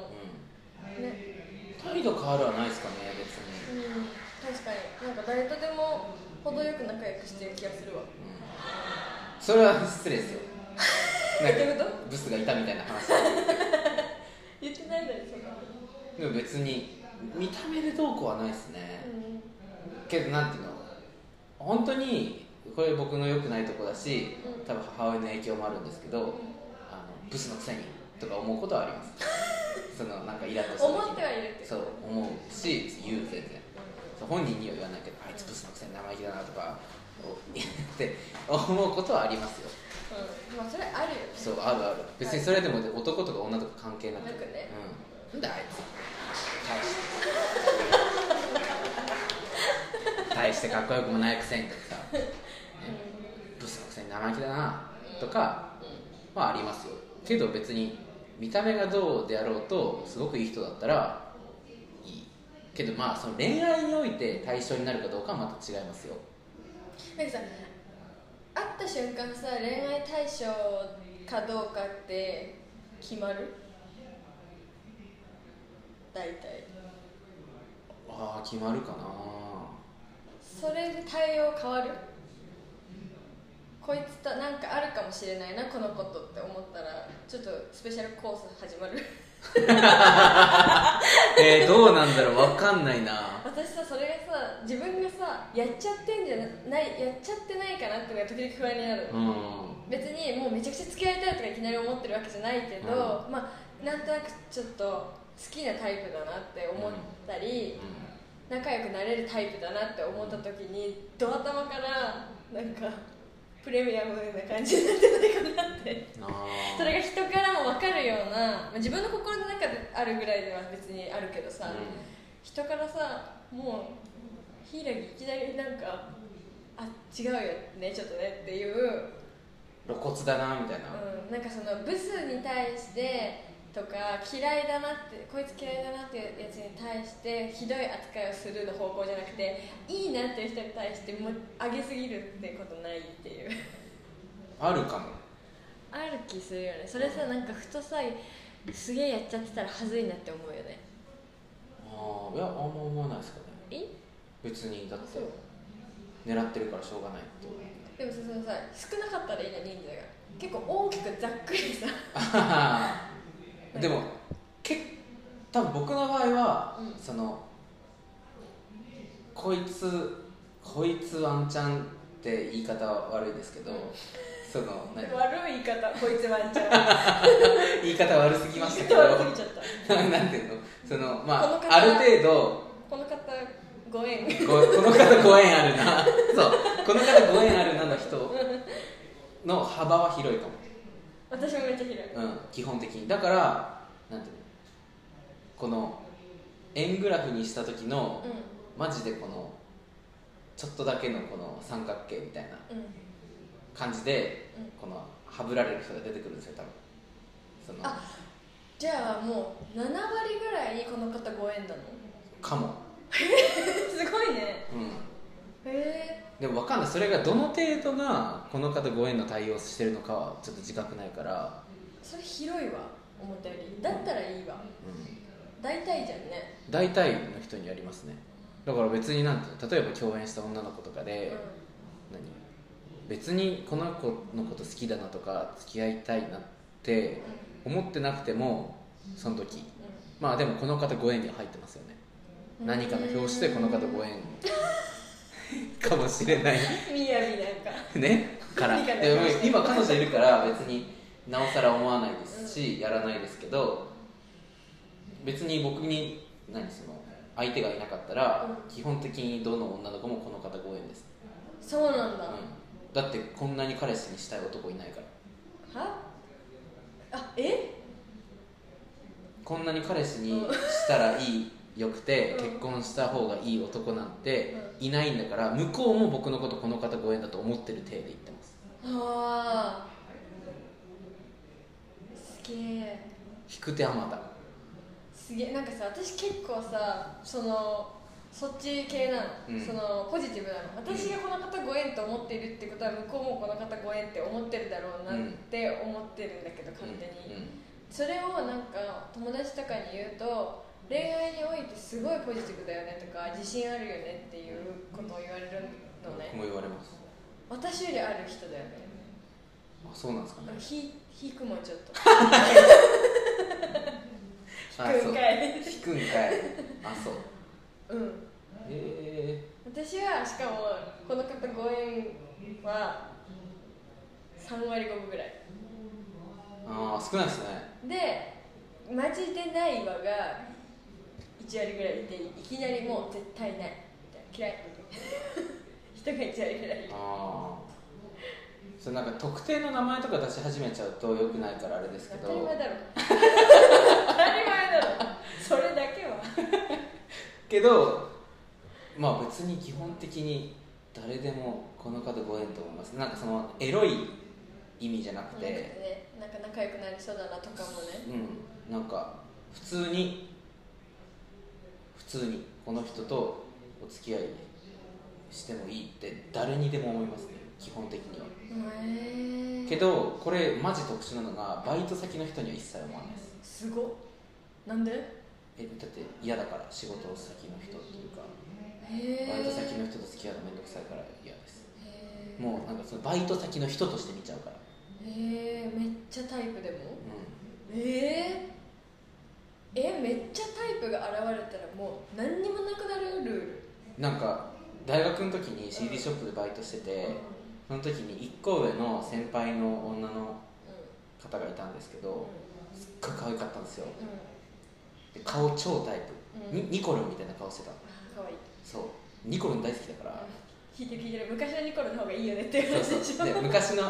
B: う
A: ね
B: ん態度変わるはないですかね別
A: うん
B: に、
A: 確かになんか誰とでも程よく仲良くしてる気がするわ
B: うんそれは失礼ですよ
A: どういうこと
B: ブスがいたみたいな話
A: 言ってないのにそんなこと
B: でも別に見た目でどうこうはないですね、けどなんていうの本当にこれ僕の良くないとこだし
A: うん
B: 多分母親の影響もあるんですけど、あのブスのくせにとか思うことはあります そのなんかイラッとした時に
A: 思ってはいるって
B: そう思うし言う全然そう本人には言わないけどあいつブスのくせに生意気だなとかおって思うことはありますよ
A: うん、まあそれあるよね
B: そうあるある別にそれでも男とか女とか関係なく
A: なくね
B: うん、なんだあいつ大して大してかっこよくもないくせにとかさ、ね、ブスのくせに生意気だなとかはありますよけど別に見た目がどうであろうとすごくいい人だったらいいけどまあその恋愛において対象になるかどうかはまた違いますよ
A: なんかさ会った瞬間さ恋愛対象かどうかって決まる大体
B: ああ決まるかな
A: それで対応変わるこいつとなんかあるかもしれないなこのことって思ったらちょっとスペシャルコース始まる
B: えー、どうなんだろう分かんないな
A: 私さそれがさ自分がさやっちゃってんじゃないやっちゃってないかなっていうのが時々不安になる
B: うん
A: 別にもうめちゃくちゃ付き合いたいとかいきなり思ってるわけじゃないけど、まあなんとなくちょっと好きなタイプだなって思ったり、
B: う
A: 仲良くなれるタイプだなって思った時にド頭からなんかプレミアムな感じになってないかなって
B: ん、あ
A: それが人からも分かるようなまあ自分の心の中であるぐらいでは別にあるけどさ、人からさもう柊いきなりなんかあ違うよねちょっとねっていう
B: 露骨だなみたいな、
A: うん、なんかそのブスに対してとか嫌いだなってこいつ嫌いだなっていうやつに対してひどい扱いをするの方向じゃなくていいなっていう人に対してもう上げすぎるってことないっていう
B: あるかも
A: ある気するよねそれさなんかふとさすげえやっちゃってたらはずいなって思うよね
B: ああいやあんま思わないですかね
A: え
B: 別にだって
A: そう
B: 狙ってるからしょうがないって
A: でもさそのさ少なかったらいいな人数が結構大きくざっくりさ
B: あはは でもけ多分僕の場合は、
A: うん
B: そのこいつこいつワンチャンって言い方は悪いですけど、
A: うん
B: その何
A: 悪い言い方こいつワンちゃん
B: 言い方悪すぎましたけ ど
A: 悪すぎちゃった
B: 何ていうのその
A: こ
B: ま
A: の
B: あ
A: 方
B: ある程度
A: この方ご縁
B: ごこの方ご縁あるなそうこの方ご縁あるなの人の幅は広いかも、
A: 私もめっちゃ広い
B: うん、基本的にだからなんていうのこの円グラフにした時の
A: う
B: マジでこのちょっとだけのこの三角形みたいなん
A: うん
B: 感じで
A: うん
B: このはぶられる人が出てくるんですよ多分その
A: あじゃあもう7割ぐらいにこの方ご縁なの
B: かも、
A: すごいね
B: うん、
A: へえ
B: でも分かんないそれがどの程度がこの方ご縁の対応をしてるのかはちょっと自覚ないから、
A: それ広いわ思ったよりだったらいいわ
B: うん、
A: 大体じゃんね
B: 大体の人にやりますねだから別になんて例えば共演した女の子とか
A: うん
B: で、何別にこの子のこと好きだなとか付き合いたいなっって思ってなくてもその時まあでもこの方ご縁に入ってますよね
A: うん
B: 何かの表紙でこの方ご縁かもしれない
A: みやみなんか
B: ねから
A: 何かの
B: でも
A: 表紙
B: 今彼女いるから別になおさら思わないですしやらないですけど別に僕に何その相手がいなかったら基本的にどの女の子もこの方ご縁です、
A: そうなんだ、
B: うん、だってこんなに彼氏にしたい男いないから
A: はあえ
B: こんなに彼氏にしたらいいよくて
A: うん
B: 結婚した方がいい男なんていないんだから向こうも僕のことこの方ご縁だと思ってる体で言ってます
A: ああすげえ
B: 引く手あまた
A: すげえなんかさ私結構さそのそっち系なの、
B: うん
A: そのポジティブなの私がこの方ご縁と思っているってことは向こうもこの方ご縁って思ってるだろうなって思ってるんだけど勝手に、それをなんか友達とかに言うと恋愛においてすごいポジティブだよねとか自信あるよねっていうことを言われるの
B: 僕
A: ね
B: も言われます
A: 私よりある人だよね
B: あそうなんですかね
A: ひ引くもんちょっと
B: あ
A: 引くんかい
B: そう引くんかいあそう
A: うん
B: へ
A: 私はしかもこの方ご縁は3割5分ぐらい
B: えあー少ないですね
A: でマジでないわが1割ぐらいいていきなりもう絶対ないみたいな嫌い人が1割ぐらいいる
B: ああそれなんか特定の名前とか出し始めちゃうとよくないからあれですけ
A: 当たり前
B: ど
A: だろ当たり前だろそれだけは
B: けどまあ別に基本的に誰でもこの方ご縁と思いますなんかそのエロい意味じゃなく
A: なんか
B: て
A: ねなんか仲良くなりそうだなとかもね
B: うんなんか普通に普通にこの人とお付き合いしてもいいって誰にでも思いますね基本的には
A: へえ
B: けどこれマジ特殊なのがバイト先の人には一切思わないです
A: すごっなんでへ
B: えだって嫌だから仕事先の人っていうか
A: え
B: バイト先の人と付き合うのめんどくさいから嫌です
A: へー
B: もうなんかそのバイト先の人として見ちゃうから
A: えー、めっちゃタイプでも
B: う
A: えー、えめっちゃタイプが現れたらもう何にもなくなるよルール
B: んなんか大学の時に CD ショップでバイトしててその時に1個上の先輩の女の方がいたんですけ
A: うん
B: どすっごい可愛かったんですよ
A: うん
B: で顔超タイ
A: うん
B: プ、にニコルンみたいな顔してた
A: あかわいい
B: そうニコルン大好きだから
A: 聞いてる聞いてる昔のニコルの方がいいよねっていう
B: そう
A: 話でし
B: そ
A: ょ
B: うで昔の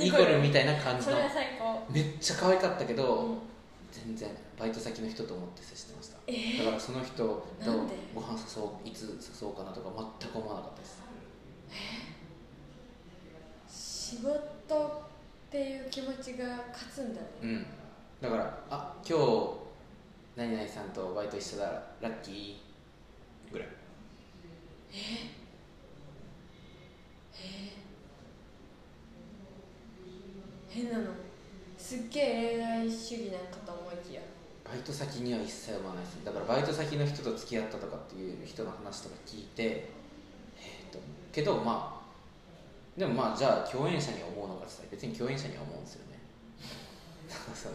B: ニコルンみたいな感じ
A: そ
B: の
A: れは最高
B: めっちゃ可愛かったけど、
A: うん
B: 全然バイト先の人と思って接してました、
A: えー
B: だからその人と
A: なんで
B: ご飯誘おういつ誘おうかなとか全く思わなかったです
A: 仕事っていう気持ちが勝つんだね
B: うんだからあ今日何々さんとバイト一緒だラッキーぐらい
A: 変なのすっげえ恋愛主義なんかと思いきや
B: バイト先には一切思わないですだからバイト先の人と付き合ったとかっていう人の話とか聞いてえー、とけどまあでもまあじゃあ共演者には思うのかって言ったら別に共演者には思うんですよね だからその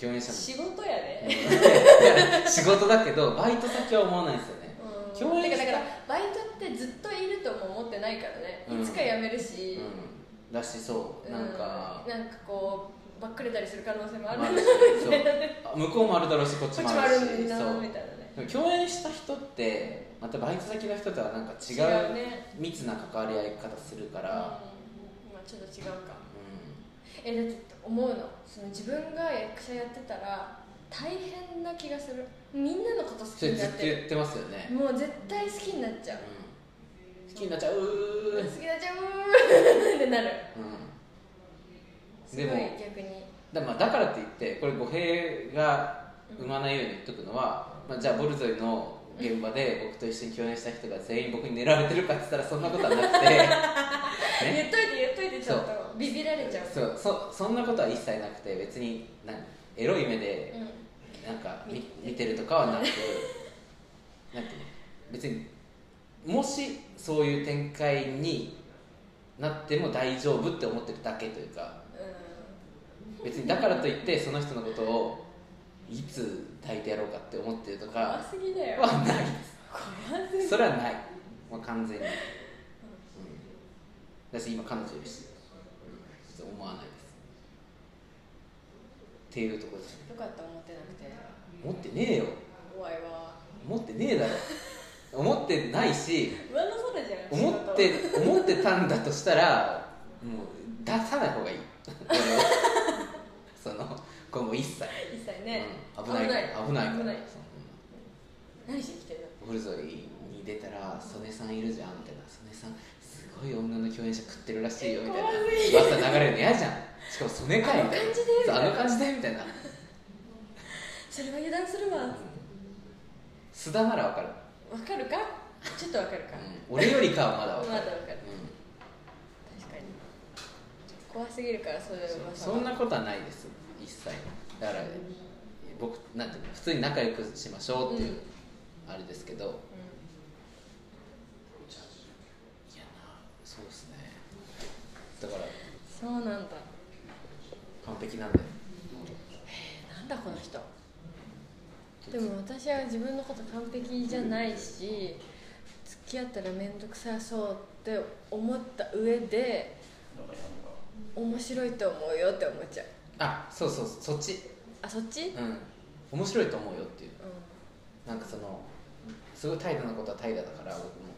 B: 共演者
A: 仕事やで、ね、
B: の 仕事だけどバイト先は思わないですよね
A: うん
B: 共演
A: てか
B: 者
A: だからバイトってずっといるとも思ってないからね、
B: うん
A: いつか辞めるし、
B: うんだしそうなんか、
A: うんなんかこうばっくれたりする可能性もある
B: まあ
A: み
B: そう
A: たいなね
B: あ向こうもあるだろうしこっ
A: こっ
B: ち
A: ち
B: も
A: も
B: あ
A: あ
B: るし
A: るんだ
B: そう
A: みたいなね
B: でも共演した人ってまたバイト先の人とはなんか違う
A: ね
B: 密な関わり合い方するか
A: うん
B: ら、
A: まあちょっと違うか
B: う
A: えだって思うのその自分が役者やってたら大変な気がするみんなのこと好
B: ん、
A: き
B: それ
A: に
B: ず
A: な
B: っ
A: っ
B: と
A: て
B: 言ってますよね、
A: るもう絶対好きになっちゃう
B: うん、好きになっちゃう、
A: 好
B: う
A: きになっちゃう うーんってなる
B: ん、
A: すご
B: で
A: い
B: も
A: 逆に
B: だまあだからって言ってこれ語弊が生まないように言っとくのは、まあ、じゃあボルゾイの現場で僕と一緒に共演した人が全員僕に狙われてるかって言ったらそんなことはな くてね
A: 言っといて言っといてちょっとビビられちゃう
B: そうそそんなことは一切なくて別に何エロい目で
A: うん
B: なんか見
A: 見
B: 見てるとかはなくてなんていうの別にもしそういう展開になっても大丈夫って思ってるだけというか
A: う
B: 別にだからといってその人のことをいつ抱いてやろうかって思ってると
A: 怖
B: か
A: すぎだよ
B: はない
A: 怖す
B: で
A: ぎ
B: すそれはないもう完全に、うん、だし今彼女いるし、うん、ちょっと思わないですっていうところですね
A: よかった思ってなくて
B: 持ってねえよ
A: 怖いわ
B: 思ってねえだろ 思ってないし
A: 上の空じゃん
B: 思って思ってたんだとしたらもう出さない 方がいい俺はそのこれもう一切、
A: 一切ね、
B: うん、危ないから危ないから
A: 危ない
B: その
A: 何してきてる
B: オルゾイに出たら「曽根さんいるじゃん」みたいな「曽根さんすごい女の共演者食ってるらしいよ」みたいな
A: 怖すぎ
B: 噂流れるの嫌じゃんしかも曽根かよみたいなそうあ
A: あ
B: の
A: の感
B: 感じでみたいな
A: それは油断するわ
B: うん須田ならわかる、
A: わかるかちょっとわかるか、
B: うん、俺よりかはまだわ
A: まだ
B: か
A: わ
B: る、
A: かる確かに怖すぎるからそういう噂
B: うん、
A: は
B: そんなことはないです一切だから僕なんていうの普通に仲良くしましょうっていう、
A: うん
B: あれですけどい
A: う
B: やなそうですねだから
A: ん、そうなんだ
B: 完璧なんだよ
A: なんだこの人でも私は自分のこと完璧じゃないし付き合ったら面倒くさそうって思った上で面白いと思うよって思っちゃう
B: あそうそうそうそっち
A: あそっち、うん、
B: うん面白いと思うよっていうなんかそのすごい怠惰なことは怠惰だから僕も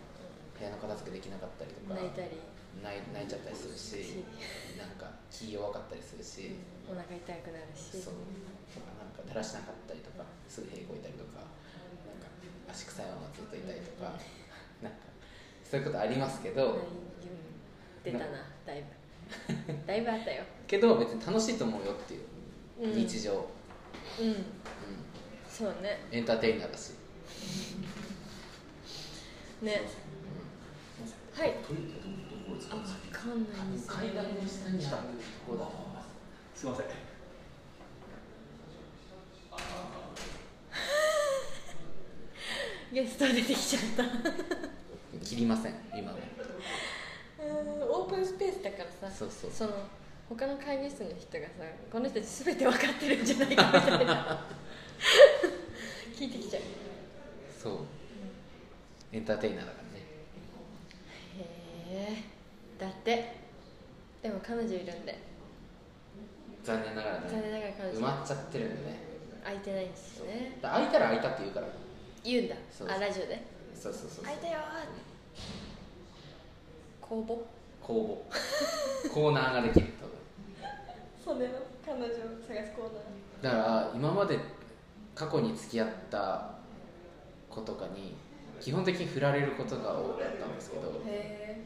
B: 部屋の片付けできなかったりとか
A: 泣いたり
B: 泣い泣いちゃったりするしなんか気弱かったりするし、
A: お腹痛くなるし
B: そうとかなんかだらしなかったりとかすぐ平行いたりとかなんか足臭いままずっといたりとか なんかそういうことありますけど、
A: はい出たなだいぶだいぶあったよ、
B: けど別に楽しいと思うよっていう
A: うん、
B: 日常、うん
A: うんそうね
B: エンターテイナーだし、
A: ねはい
C: トイレどどこです
A: あ
C: か
A: わかんないですね
B: にある
C: ここだすいません
A: ゲスト出てきちゃった
B: 切りません今は
A: うんオープンスペースだからさ
B: そうそう
A: その他の会議室の人がさこの人たち全て分かってるんじゃないかみたいな聞いてきちゃうへ
B: そうエンターテイナーだからね
A: えだってでも彼女いるんで
B: 残念ながら
A: 残
B: ね
A: 念ながら彼
B: 埋
A: 女
B: まっちゃってるんでね
A: 空いてないんですよね
B: だ開いたら開いたって言うから
A: 言うんだ
B: そう
A: あラジオで
B: そうそうそうそう
A: 空いたよー公募
B: 公募コーナーができる多分
A: それの彼女を探すコー
B: だから今まで過去に付き合った子とかに基本的に振られることが多かったんですけど
A: ナーへえ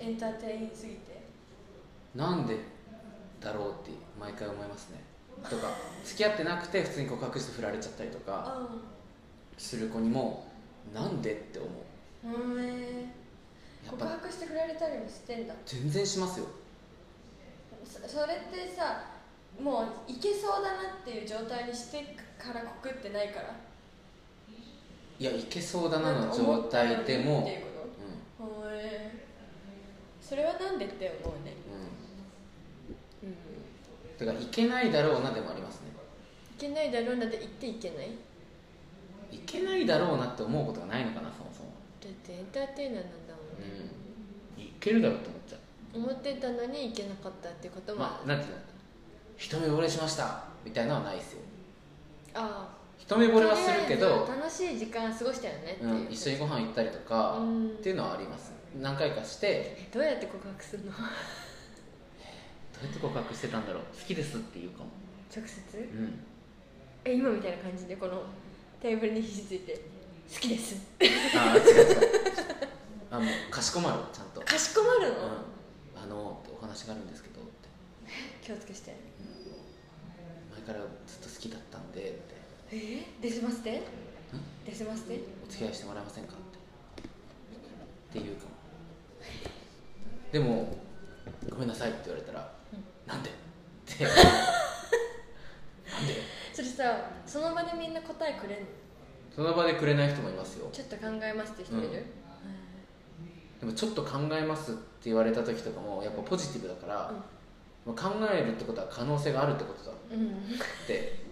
A: エンターテインすぎて
B: なんでだろうって毎回思いますねとか付き合ってなくて普通に告白して振られちゃったりとか
A: あ
B: する子にもなんでって思う
A: うんへえ
B: やっ
A: 告
B: ぱ
A: 白して振られたりもしてんだ
B: 全然しますよ
A: そそれってさもういけそうだなっていう状態にしてから告ってないから
B: いやいけそうだな
A: なんか
B: の
A: 思
B: 状
A: ったより
B: 態で
A: っ
B: も
A: ていうことほえそれはなんでって思うね
B: う
A: う
B: んう
A: んい
B: んてかいけないだろうなでもありますね
A: けないだろうなって言っていけない
B: いけないだろうなって思うことがないのかなそもそも
A: だってエンターテイナーなんだもんね、
B: うんいけるだろうと思っちゃう
A: 思ってたのに行けなかったってことも
B: ま
A: あ
B: あ
A: る、
B: なんていうの一目惚れしましたみたいなのはないですよ
A: あ
B: 一目
A: あ
B: 惚れはするけど
A: とりあえず楽しい時間過ごしたよねっていうう、
B: ん、一緒にご飯行ったりとか
A: うん
B: っていうのはあります何回かして
A: どうやって告白するの
B: どうやって告白してたんだろう好きですっていうかも
A: 直接
B: うん
A: え今みたいな感じでこのテーブルに肘ついて「好きです」
B: ああ違う違うあもうかしこまるちゃんと
A: かしこまる
B: うん
A: の、
B: あのお話があるんですけどって
A: 気をつけして
B: 前からずっと好きだったんでって
A: えー、デスマステデスマステ
B: お付き合いしてもらえませんかってっていうかもでもごめんなさいって言われたら、なんでってなんで
A: それさその場でみんな答えくれんの
B: その場でくれない人もいますよ
A: ちょっと考えますって人いる、
B: うんでもちょっと考えますって言われた時とかもやっぱポジティブだから、
A: うん
B: まあ、考えるってことは可能性があるってことだっ
A: うん
B: て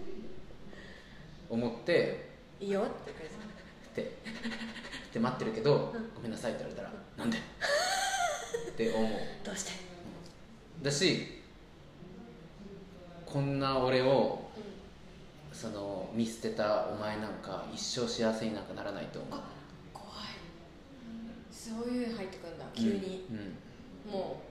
B: 思って
A: いいよって感じ
B: ってって待ってるけど、ごめんなさいって言われたら、なんでって思う
A: どうして
B: だしこんな俺を
A: うん
B: その見捨てたお前なんか一生幸せになんかならないと思う
A: あ怖いそういう入ってくんだ急に、
B: うん
A: も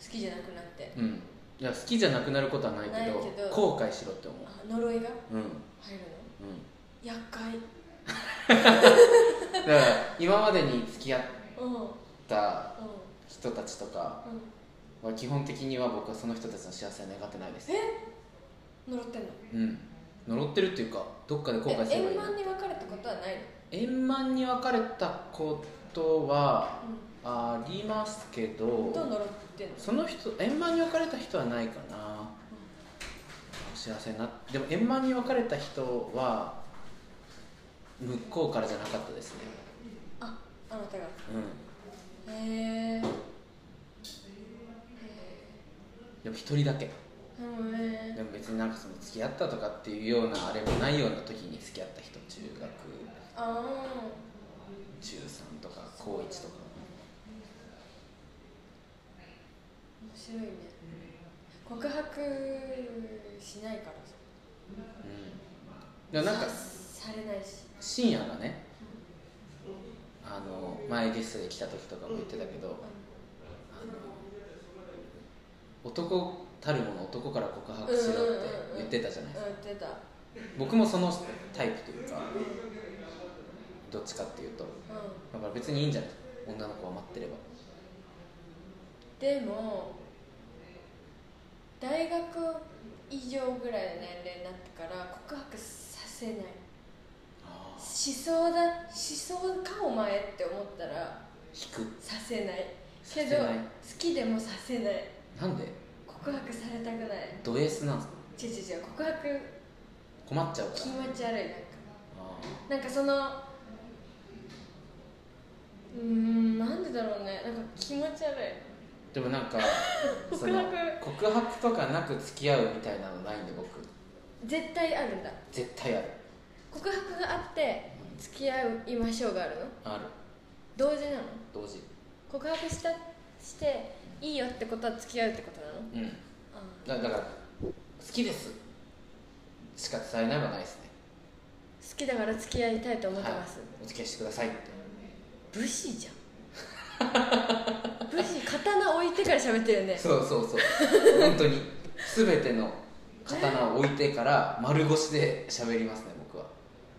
A: う好きじゃなくなって
B: うん、うんいや好きじゃなくなることはないけど
A: ないけど
B: 後悔しろって思
A: あ呪いが
B: う うんうん
A: 入るの厄介
B: だから今までに付き合っ
A: うんうんうん
B: た人たちとかは基本的には僕はその人たちの幸せは願ってないです
A: え呪ってんの
B: うん呪ってるっていうかどっかで後悔す
A: え
B: れば
A: 円
B: いい
A: 満に別れたことはないの
B: 円満に別れたことはありますけ
A: う
B: ど
A: んと呪ってんの
B: その人円満に別れた人はないかな幸せになでも円満に別れた人は向こうからじゃなかったですね
A: ああなたが
B: うん
A: へえ
B: でも一人だけ
A: うんね
B: でも別になんかその付き合ったとかっていうようなあれもないような時に付き合った人中学
A: あ
B: 中3とか高1とか
A: ー面白いね告白しないからさ
B: うんでもなんか
A: されないし
B: 深夜がねあの前ゲストで来た時とかも言ってたけど、あの男たるもの男から告白しろって言ってたじゃないですか、
A: うん言ってた
B: 僕もそのタイプというかどっちかっていうと
A: う
B: だから別にいいんじゃない女の子は待ってれば
A: んでも大学以上ぐらいの年齢になってから告白させないしそうだしそうかお前って思ったら
B: 引く
A: させない
B: さ
A: け
B: せ
A: ど
B: な
A: 好
B: い
A: きでもさせない
B: なんで
A: 告白されたくない
B: ド S なんすか
A: 違う違う違う告白
B: 困っちゃうから
A: 気持ち悪いなんか
B: あ
A: なんかそのうーんなんでだろうねなんか気持ち悪い
B: ーでもなん か
A: 告白
B: その告白とかなく付き合うみたいなのないんで僕
A: 絶対あるんだ
B: 絶対ある
A: 告白があって付き合いましょうがあるの
B: ある
A: 同時なの
B: 同時
A: 告白したしていいよってことは付き合うってことなの
B: うん
A: ああ
B: だだから好きですしか伝えないはないですね
A: 好きだから付き合いたいと思ってます、
B: はい、お付き合いしてくださいって
A: 武士じゃん武士刀置いてから喋ってるよね
B: そうそうそう本当に全ての刀を置いてから丸腰で喋りますね僕は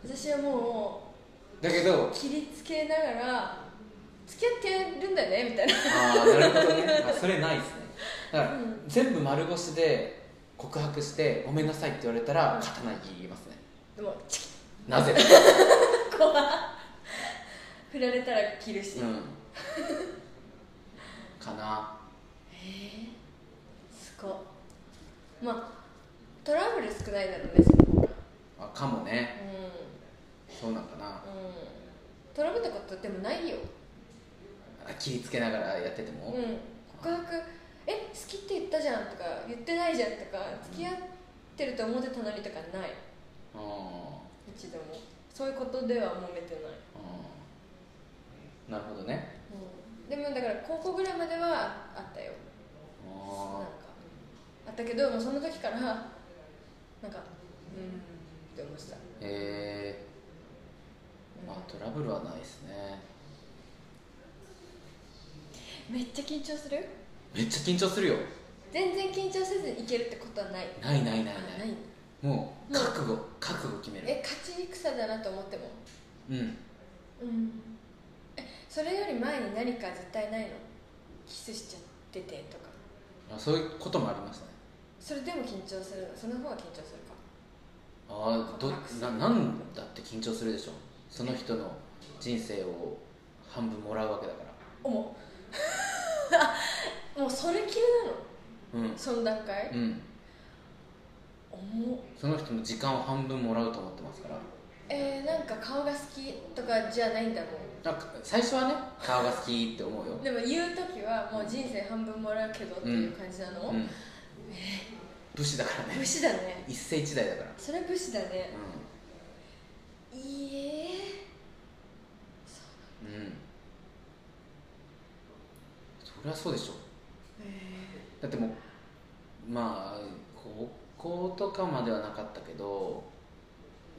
A: 私はも
B: だけど
A: う切りつけながら付き合ってるんだよねみたいな
B: ああなるほどねあそれないですねだから、
A: うん
B: 全部丸腰で告白して「ごめんなさい」って言われたら
A: うん
B: 刀握りますね
A: でもチキ
B: なぜ
A: ッ怖っ振られたら切るし、
B: うんかな
A: へえすごっまあトラブル少ないだろうねその方が
B: あかもね
A: う
B: そうなんかなん
A: うんトラブったことでもないよ
B: あ切りつけながらやってて
A: う
B: も、
A: ん告白「え好きって言ったじゃん」とか「言ってないじゃん」とか付き合ってると思ってたのにとかない
B: あ
A: 一度もそういうことでは揉めてない、
B: ーあーなるほどね
A: うん、でもだから高校ぐらいまではあったよなん
B: あ
A: かあったけどもうその時からなんかうんって思ってた、
B: ーへえ
A: うん
B: まあトラブルはないですね
A: めっちゃ緊張する
B: めっちゃ緊張するよ
A: 全然緊張せずにいけるってことはない
B: ないないない
A: あ
B: な
A: ないい
B: も
A: もう
B: う覚悟覚悟決める
A: え勝ち戦だなと思っても
B: うん
A: うんえそれより前に何か絶対ないのキスしちゃっててとか
B: あそういうこともありましたね
A: それでも緊張するのその方が緊張するか
B: ああ
A: 告
B: ど
A: 白する
B: ななんだって緊張するでしょその人の人生を半分もらうわけだから
A: おも もうそれ系なの
B: うん
A: その段階
B: うん
A: 重っ
B: その人の時間を半分もらうと思ってますから
A: えー、なんか顔が好きとかじゃないんだもん
B: なんか最初はね顔が好きって思うよ、
A: でも言う時はもう人生半分もらうけどっていう感じなの、
B: うん、武士だから
A: 武
B: ね
A: 士だね
B: 一世一代だから
A: それ武士だね
B: う
A: いいえ
B: んうんそりゃそうでしょだってもうまあ高校とかまではなかったけど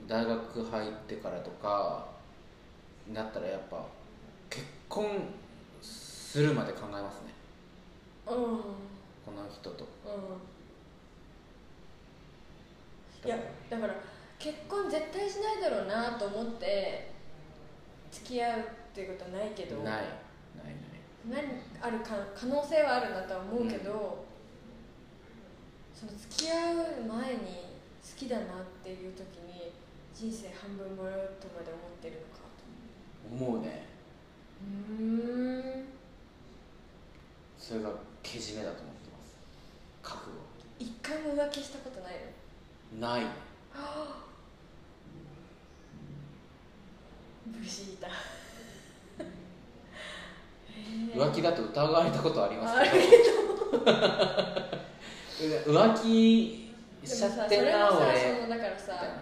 B: 大学入ってからとかになったらやっぱ結婚するまで考えますね
A: うんうん
B: この人と
A: いやだから結婚絶対しないだろうなと思って付き合うっていうことはないけど
B: ないないな
A: 何
B: い
A: あるか可能性はあるなとは思うけど、その付き合う前に好きだなっていう時に人生半分もらうとまで思ってるのかと
B: 思うね
A: 思ううーん
B: それがけじめだと思ってます覚悟
A: 一回も浮気したことないの
B: ない
A: はあ無事い たへえ
B: 浮気だと疑われたことはあります
A: あるけ
B: けど浮気
A: ど
B: しちゃってんな
A: でもさそれもさ
B: 俺
A: そのだから
B: み
A: さ
B: たいな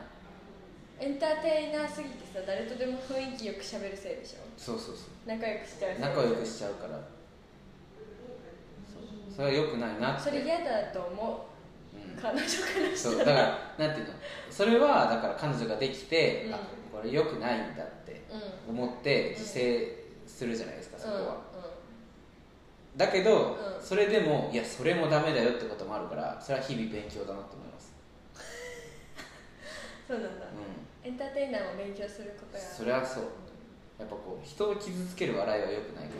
A: エンターテイナーすぎてさ誰とでも雰囲気よく喋るせいでしょ
B: そうそうそう
A: 仲良くしちゃうせい
B: 仲良くしちゃうからそうそれは良くないなっ
A: そ
B: て
A: れ嫌だと思
B: うん
A: う彼女からし
B: そう
A: た
B: だ
A: ら
B: からなんていうのそれはだから彼女ができて、
A: うん
B: あこれ良くないんだって
A: うんうん
B: 思って自制するじゃないですか、そこは、だけど、
A: うん
B: それでもいやそれもダメだよってこともあるからそれは日々勉強だなと思います、
A: そうなんだ
B: う
A: エンターテイナーを勉強すること
B: ん、
A: や
B: それはそうやっぱこう人を傷つける笑いは良くないか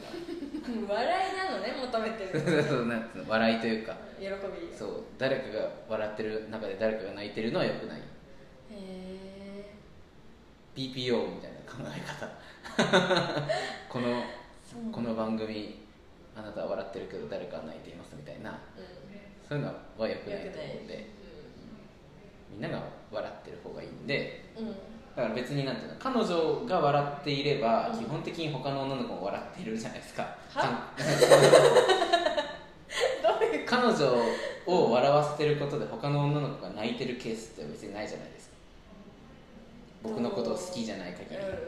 A: うん 笑いなのね求めてる
B: ら そうなんつうの笑いというか
A: 喜びへ
B: そう誰かが笑ってる中で誰かが泣いてるのは良くない
A: え
B: PPO みたいな考え方 この
A: そうなんだ
B: この番組あなたは笑ってるけど誰かは泣いていますみたいな
A: う
B: そういうのは良く
A: ん
B: な
A: よく
B: いと
A: な
B: 思
A: い
B: うんでみんなが笑ってる方がいいんで
A: うん うん
B: だから別になんていうの彼女が笑っていれば
A: うん
B: 基本的に他の女の子も笑っているじゃないですか
A: は
B: かん
A: どういう
B: 彼女を笑わせてることで他の女の子が泣いてるケースって別にないじゃないですか僕のことを好きじゃない限り、
A: うんうんうんはいはい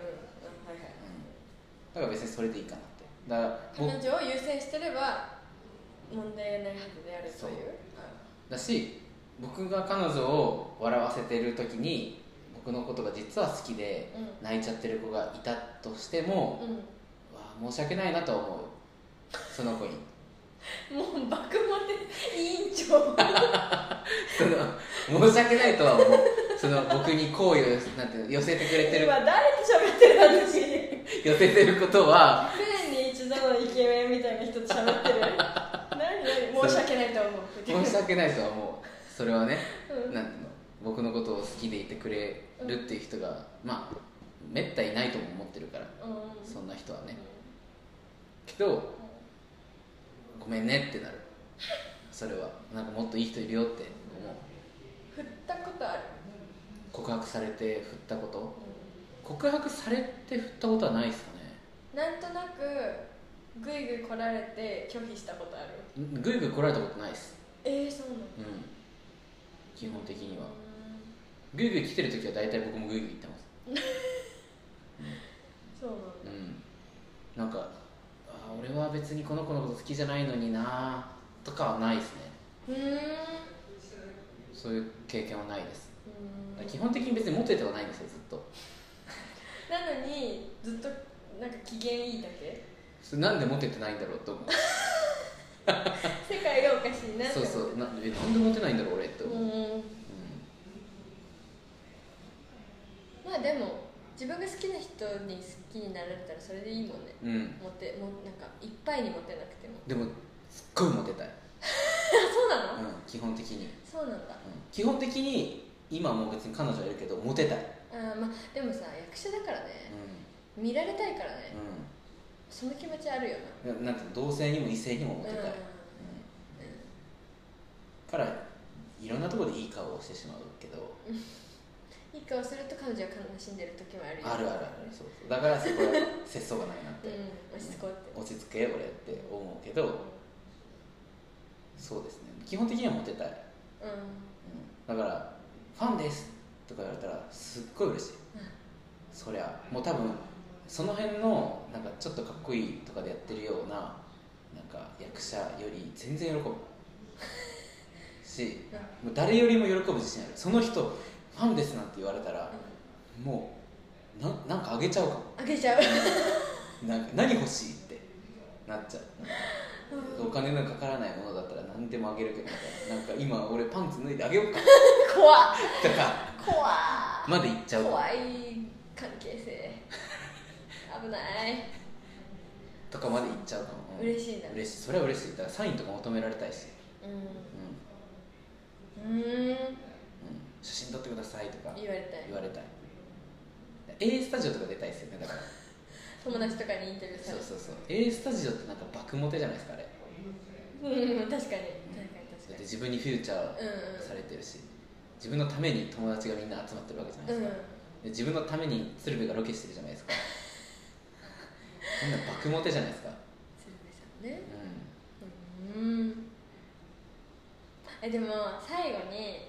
B: だから別にそれでいいかなってだから
A: 彼
B: 僕
A: 女を優先してれば問題ないはずであると
B: そう
A: いう
B: だし僕が彼女を笑わせてる時に僕のことが実は好きで
A: う
B: 泣いちゃってる子がいたとしても、
A: ん
B: わあ申し訳ないなとは思うその子に
A: うんもう爆モテ委員長
B: その申し訳ないとは思うその僕に好意をなんて寄せてくれてる
A: 今誰と喋ってる私す
B: 寄せてることは
A: でに一度のイケメンみたいな人と喋ってる何何申し訳ないと思う
B: 申し訳ないとは思うそれはね
A: うん
B: なんていうの僕のことを好きでいてくれるっていう人がまあめったいないとも思ってるから
A: うん
B: そんな人はねけどごめんねってなるそれはなんかもっといい人いるよって思う
A: 振ったことある
B: 告白されて振ったこと告白されて振ったことはないですかね
A: なんとなくぐいぐい来られて拒否したことある
B: んぐいぐい来られたことないです
A: ええそうなの
B: うん基本的には
A: うん
B: ぐいぐい来てる時は大体僕もぐいぐい行ってます
A: そうなんだ
B: うんなんかあ俺は別にこの子のこと好きじゃないのになとかはないですね
A: うーんう
B: そういう経験はないです
A: ーん
B: 基本的に別にモテてはないんですよずっと
A: なのにずっとなんか機嫌いいだけ
B: それなんでモテてないんだろうと思う
A: 世界がおかしいなって
B: そうそうなえなんでモテないんだろう俺って
A: う
B: 思う、うん
A: んまあでも自分が好きな人に好きになられたらそれでいいもんね
B: うん、
A: モテもなんかいっぱいにモテなくても
B: でもすっごいモテたい、
A: あそうな
B: う
A: の、
B: ん、基本的に、うん、
A: そうなんだ
B: 基本的に今もう別に彼女はいるけどモテたい、
A: あーまあでもさ役者だからね
B: う
A: 見られたいからね
B: ん
A: その気持ちあるよ
B: うん、ななんていうの同性にも異性にもモ
A: な
B: テたい、
A: う
B: うん
A: ん
B: からいろんなところでいい顔をしてしまうけど
A: いい顔すると彼女は悲しんでる時もあるよ
B: あるあるあるそうそうだからそこは節操がないなっ
A: う
B: て、
A: ん落ち着こうって
B: 落ち着け俺って思うけどそうですね基本的にはモテたい
A: うん
B: だから「ファンです」とか言われたらすっごい嬉しい、そりゃもう多分その辺のなんかちょっとかっこいいとかでやってるようななんか役者より全然喜ぶしもう誰よりも喜ぶ自信あるその人ファンですなんて言われたらもうななんかあげちゃうかも
A: あげちゃう
B: なんか何欲しいってなっちゃうお金のかからないものだったら何でもあげるけどみたいななんか今俺パンツ脱いであげようか
A: 怖っ
B: と か
A: 怖っ
B: までいっちゃうかも
A: 怖い関係性危ない
B: とかまで行っちゃうかも、うん
A: 嬉しいな
B: 嬉しいそれは嬉しいだからサインとか求められたいし、
A: うん
B: うん
A: うーん
B: うん写真撮ってくださいとか
A: 言われたい
B: 言われたい A スタジオとか出たいですよねだから
A: 友達とかにインタビューさ
B: そう
A: れて
B: そうそう A スタジオってなんか爆モテじゃないですかあれ
A: うん確かに確かに
B: だっ
A: 確
B: て
A: かに
B: 自分にフューチャーされてるし、自分のために友達がみんな集まってるわけじゃないですか、で自分のために鶴瓶がロケしてるじゃないですかそんな爆モテじゃないですか、
A: 鶴瓶さんね
B: う
A: うんえでも最後に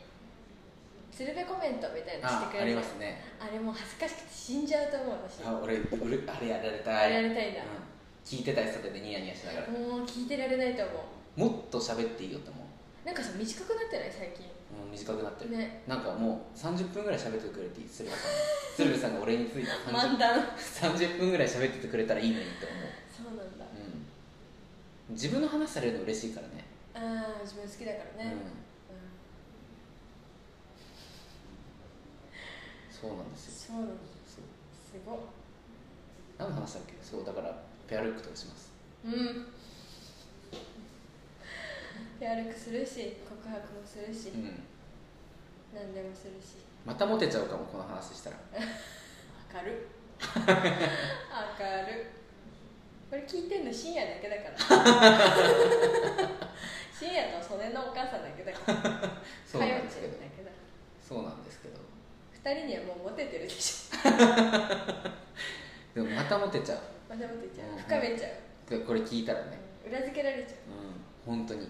A: 鶴瓶コメントみたい
B: ん、
A: なのし
B: あ
A: てく
B: あ
A: れ
B: り
A: る
B: ますね
A: あれもう恥ずかしくて死んじゃうと思う私
B: あ俺俺あれやられたい
A: やられたいんだ
B: うん、聞いてたりとかでニヤニヤしながら
A: もう聞いてられないと思う
B: もっと喋っていいよと思う、
A: なんかさ短くなってない最近
B: うん、短くなってる、
A: ね
B: なんかもう30分ぐらい喋ってくれていい鶴瓶さんが 鶴瓶さんが俺について 30,
A: 漫談
B: 30分ぐらい喋っててくれたらいいのにと
A: そうなんだ
B: 思う、うん、自分の話されるの嬉しいからね
A: ああ自分好きだからね、
B: うん、
A: うん
B: そうなんですよ
A: そうなんだ
B: そう
A: すごっ
B: 何の話だっけそうだからペアルックとかします
A: うんペアルックするし告白もするし、
B: うん
A: 何でもするし
B: またモテちゃうかもこの話したら
A: 明る明るこれ聞いてんの深夜だけだ から深夜と曽根のお母さんだけだから
B: そう
A: か
B: な
A: よ
B: んで
A: ち
B: す
A: ゃ
B: け
A: ん
B: ど
A: だけだ
B: そうなんですけど
A: 二人にはもうモテてるでしょ
B: でもまたモテちゃう
A: またモテちゃ
B: うん
A: う
B: うん
A: 深めちゃう、
B: でこれ聞いたらね
A: 裏付けられちゃう
B: うん本当に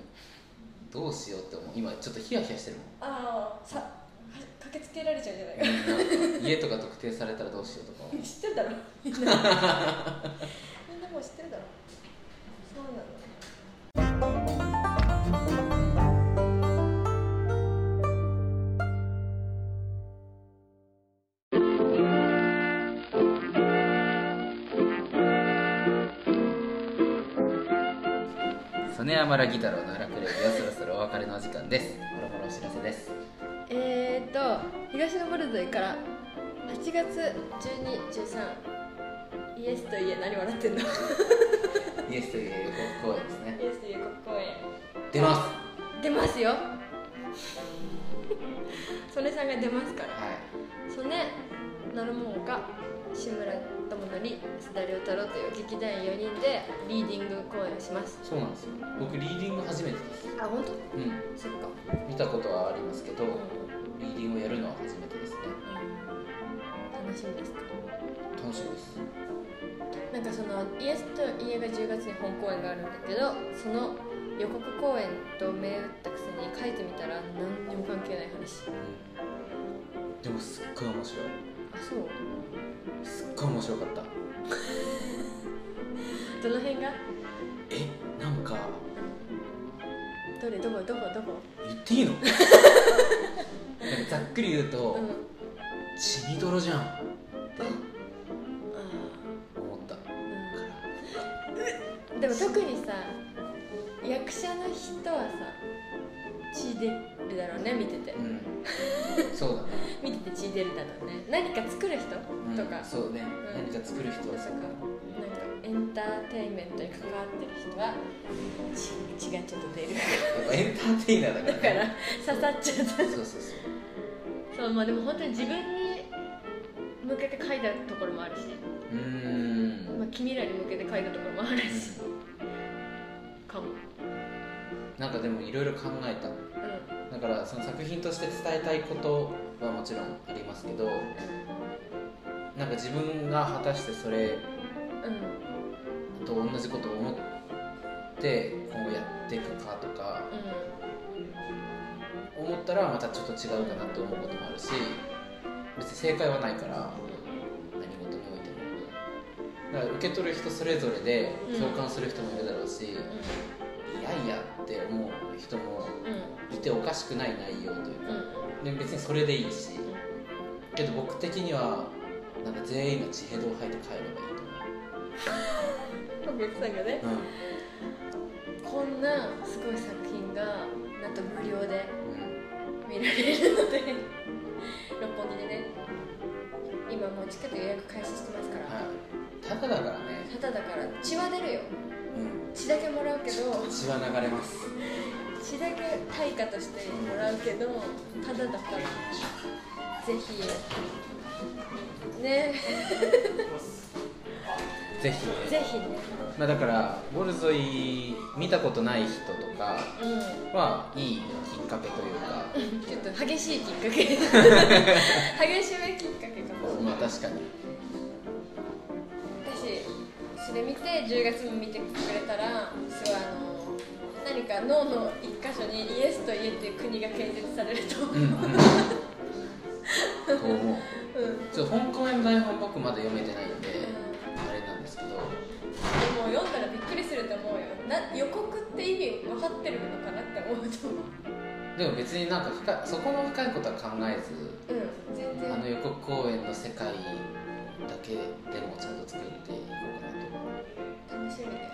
B: どうしようって思う今ちょっとヒヤヒヤしてるもん
A: ああさは駆けつけられちゃうんじゃないか
B: なんか家とか特定されたらどうしようとか思う
A: 知ってるだ ろみんなみんなもう知ってるだろそうなの
B: 曽根山らギタロウの楽レディオそろそろお別れのお時間ですもろもろお知らせです
A: えー、と東のボルゾイから8月1213イエスといえ何笑ってんのイ
B: イエスという公演ですね
A: エスといえ国公演
B: 出ます
A: 出ますよ 曽根さんが出ますから
B: はい
A: 曽根なるもんが志村智則須田亮太郎という劇団員4人でリーディング公演をします
B: そうなんですよ僕リーディング初めてです
A: あ本当？
B: うん
A: そっか
B: 見たことはありますけどリーディングをやるのは初めてですね
A: 楽しみですか
B: 楽しみです
A: なんかそのイエスと家が10月に本公演があるんだけどその予告公演と銘打ったくせに書いてみたら何にも関係ない話
B: でもすっごい面白い
A: あそう
B: すっごい面白かった
A: どの辺が
B: えなんか
A: どれどこどこどこ
B: 言っていいのなんかざっくり言うと、
A: うん
B: 血みどろじゃんって
A: あ
B: 思ったか
A: あ
B: ら
A: うんでも特にさ役者の人はさ血出るだろうね見てて
B: うんそうだね、
A: 見てて血出るだろうね何か作る人
B: うん
A: とか
B: そうね、
A: ん
B: 何か作る人はそう
A: なん
B: か
A: かエンターテインメントに関わってる人は血血がちょっと出る
B: やっぱエンターテイナーだ
A: だ
B: か、
A: からら
B: ね、
A: 刺さっちゃった
B: そうそうそう
A: そうまあでも本当に自分に向けて書いたところもあるし、
B: うーん、
A: まあ、君らに向けて書いたところもあるしかも
B: なんかでもいろいろ考えた
A: うん
B: だからその作品として伝えたいことはもちろんありますけどなんか自分が果たしてそれ
A: うん
B: と同じことを思っって今後やっていくかとか
A: う
B: 思ったらまたちょっと違うかなって思うこともあるし別に正解はないから何事においてもだから受け取る人それぞれで
A: うん
B: 共感する人もいるだろうし、いやいやって思う人も
A: んうん
B: いておかしくない内容という
A: うんうん
B: かで別にそれでいいし
A: うん
B: けど僕的にはなんか全員が地平道を履いて帰ればいいと思
A: お客さんがね
B: う、
A: こんなすごい作品がなんと無料で
B: うん
A: 見られるので六本木でね今もうチケット予約開始してますから、
B: はい、ただだからね、
A: ただだから血は出るよ
B: うん、
A: 血だけもらうけど
B: 血は流れます
A: 血だけ対価としてもらうけどただだからぜひね
B: ぜひね
A: ぜひね
B: まあ、だからボルゾイ見たことない人とか
A: うん
B: はいいきっかけという か、
A: ちょっと激しいきっかけ激しめきっかけかも
B: まあ確かに
A: 私それ見て10月も見てくれたらすごいあの何か脳の一箇所にイエスとイエっていう国が建設されると思う、
B: うんうん と思う
A: うん
B: ちょっと本公演の台本僕まだ読めてないんで
A: う
B: あれなんですけど
A: でも読んだらびっくりすると思うよな予告って意味分かってるのかなって思うと思う
B: でも別になんか深いそこの深いことは考えず
A: うん全然
B: あの予告公演の世界だけでもちゃんと作っていこうかなと
A: 楽しみだよね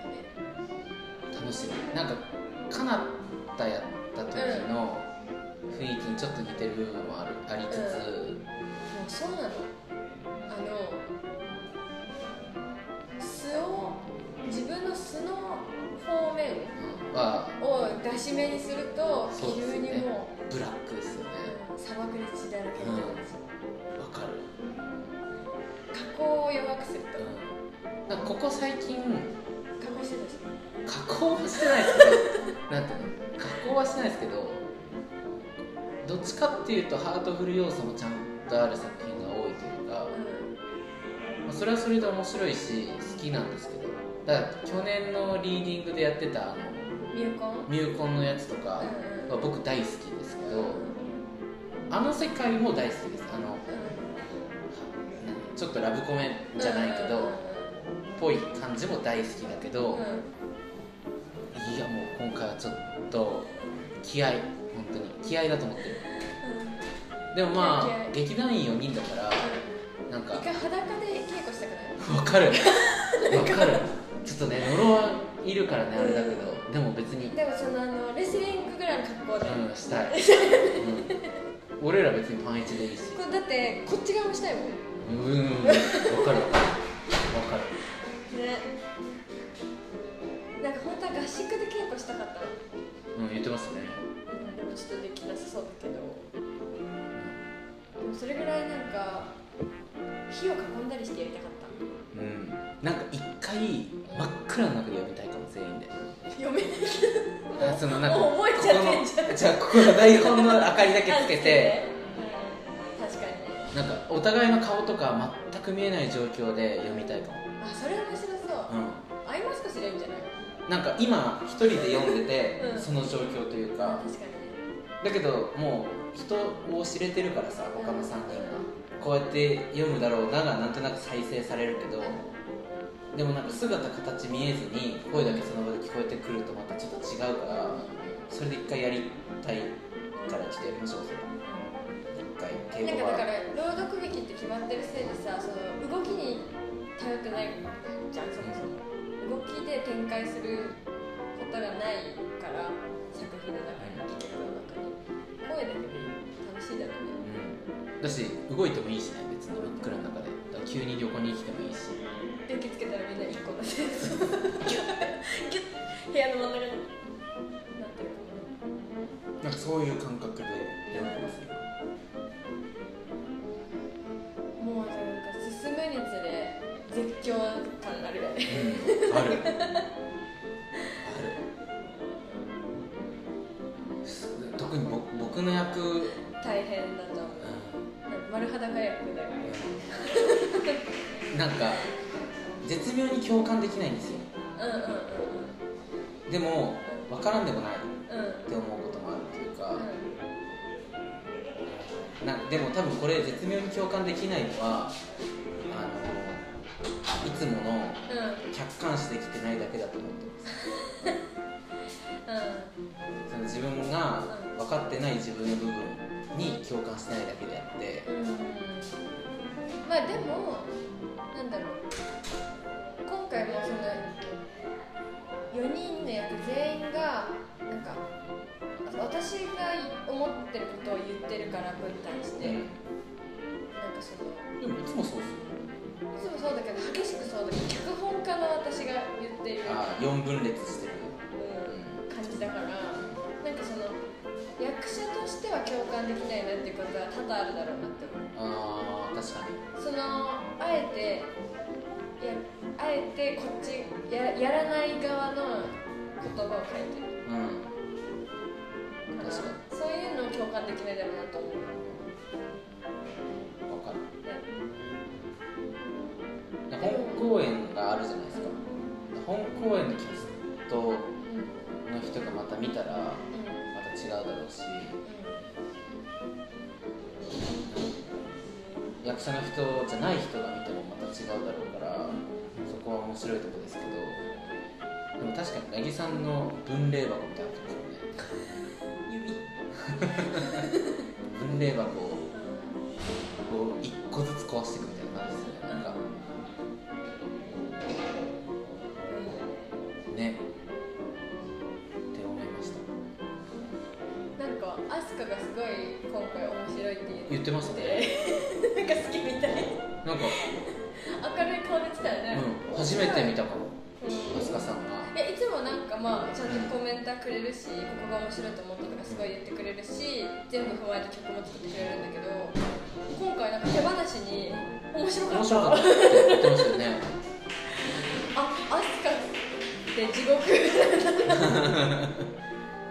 B: 楽しみなんかカナダやった時の雰囲気にちょっと似てる部分もあるありつつ、
A: もうそうなのあの素を自分の素の方面
B: うんは
A: を出し目にすると
B: そうです
A: 急
B: よね
A: にもう
B: ブラックですよね
A: 砂漠で血だらけになるんですよ
B: わかる、
A: 加工を弱くすると
B: うん、なんかここ最近
A: 加工してたし
B: 加工はしてないです けどなんていうの加工はしてないですけどどっちかっていうとハートフル要素もちゃんとある作品が多いというか、
A: う
B: まあ、それはそれで面白いし好きなんですけどだから去年のリーディングでやってたあの
A: んミュコン
B: ミューコンのやつとか
A: うん
B: は僕大好きですけどあの世界も大好きですあのちょっとラブコメ
A: うん
B: じゃないけ
A: うん
B: どぽい感じも大好きだけど
A: うん
B: いやもう今回はちょっと気合本当に気合だと思ってるでもまあ劇団員4人だからなん
A: 一
B: か
A: 回裸で稽古したくない
B: わかるわかるちょっとね呪わいるからねあれだけどでも別に
A: でもそのあのレスリングぐらいの格好で
B: うんしたい、うん、俺ら別にパンイチでいいし
A: これだってこっち側もしたいもんね
B: うーん、わかるわかる。わか
A: なんか本当は合宿で稽古したかったの
B: る。うん、言ってますね。
A: うんでもちょっとできなさそうだけどでもそれぐらいなんか火を囲んだりしてやりたかっ
B: うん。なんか一回真っ暗の中で読みたいかも全員で。
A: た読めない
B: あそのなんか
A: もう覚えちゃってんじゃん
B: ここのじゃあここの台本の明かりだけ つけて、
A: うん確かにね
B: なんかお互いの顔とか全く見えない状況で読みたいかも。
A: あそれ面白そう
B: う
A: アイマスクすればいいんじゃない
B: ん。なんか今一人で読んでて、
A: うん
B: その状況というか
A: 確、かにね
B: だけどもう人を知れてるからさ他の3人がこうやって読むだろうながなんとなく再生されるけど。でもなんか姿形見えずに声だけその場で聞こえてくるとまたちょっと違うからそれで一回やりたいからちょっとやりましょうそれ一回
A: なん
B: 敬
A: か
B: 語
A: だか
B: は
A: ら朗読劇って決まってるせいでさその動きに頼ってないじゃんそもそも動きで展開することがないから作品の中に劇の中に声だけで楽しいだろうね
B: うんだし動いてもいいしね別に真っ暗の中でだから急に横に来てもいいし
A: 電気つけたらみんな一個だしギュッギュッ部屋の真ん中になってるか
B: なんかそういう感覚でやりますよ
A: なもうなんか進むにつれ絶叫感があるよね
B: うんあるあるす特に僕僕の役、うん
A: 大変だと思うなんか丸裸役だよね
B: なんか絶妙に共感できないんですよ
A: うんうんうんうん
B: でも分からんでもないっ
A: うんうん
B: て思うこともあるっていうか、
A: う
B: なでも多分これ絶妙に共感できないのはあのいつもの
A: ん
B: 客観視できてないだけだと思ってます
A: う
B: その自分が分かってない自分の部分に共感してないだけであって
A: んうんまあでもなんだろう今回もその4人の役全員がなんか私が思ってることを言ってるからこれに対して、なんかその
B: でもいつもそうっすよ
A: いつもそうだけど激しくそうだけど脚本家の私が言っている、
B: あ4分裂してる
A: うん、感じだからなんかその役者としては共感できないなっていうことは多々あるだろうなって思う
B: あー確かに
A: そのあえていやあえてこっちややらない側の言葉を書いてる
B: うん
A: から
B: 確か
A: そういうのを共感できないだろうなと思う、
B: 分かる
A: ね
B: 本公演があるじゃないですか本公演のキャスト
A: う
B: の
A: んうんうん
B: 人がまた見たらまた違うだろうし役者の人じゃない人が見てもまた違うだろうからそこは面白いとこですけどでも確かに八木さんの分霊箱みたいなのあります
A: 指
B: よね分霊箱を
A: う
B: こう一個ずつ壊していくみたいな感じですよねなんか
A: ん
B: ねって思いました
A: なんかアスカがすごい今回面白いって言
B: 言ってましたね
A: ってなんか好きみたい
B: なんか、
A: 明るい顔で来たよね、
B: うん、初めて見たかも
A: うん
B: 飛鳥さんが
A: えいつもなんかまあちゃんとコメンターくれるしここが面白いと思ったとかすごい言ってくれるし全部踏まえて曲も作ってくれるんだけど今回なんか手放しに面白か
B: 面
A: っ
B: 白
A: た
B: かったって言ってましたよね
A: あアスカって地獄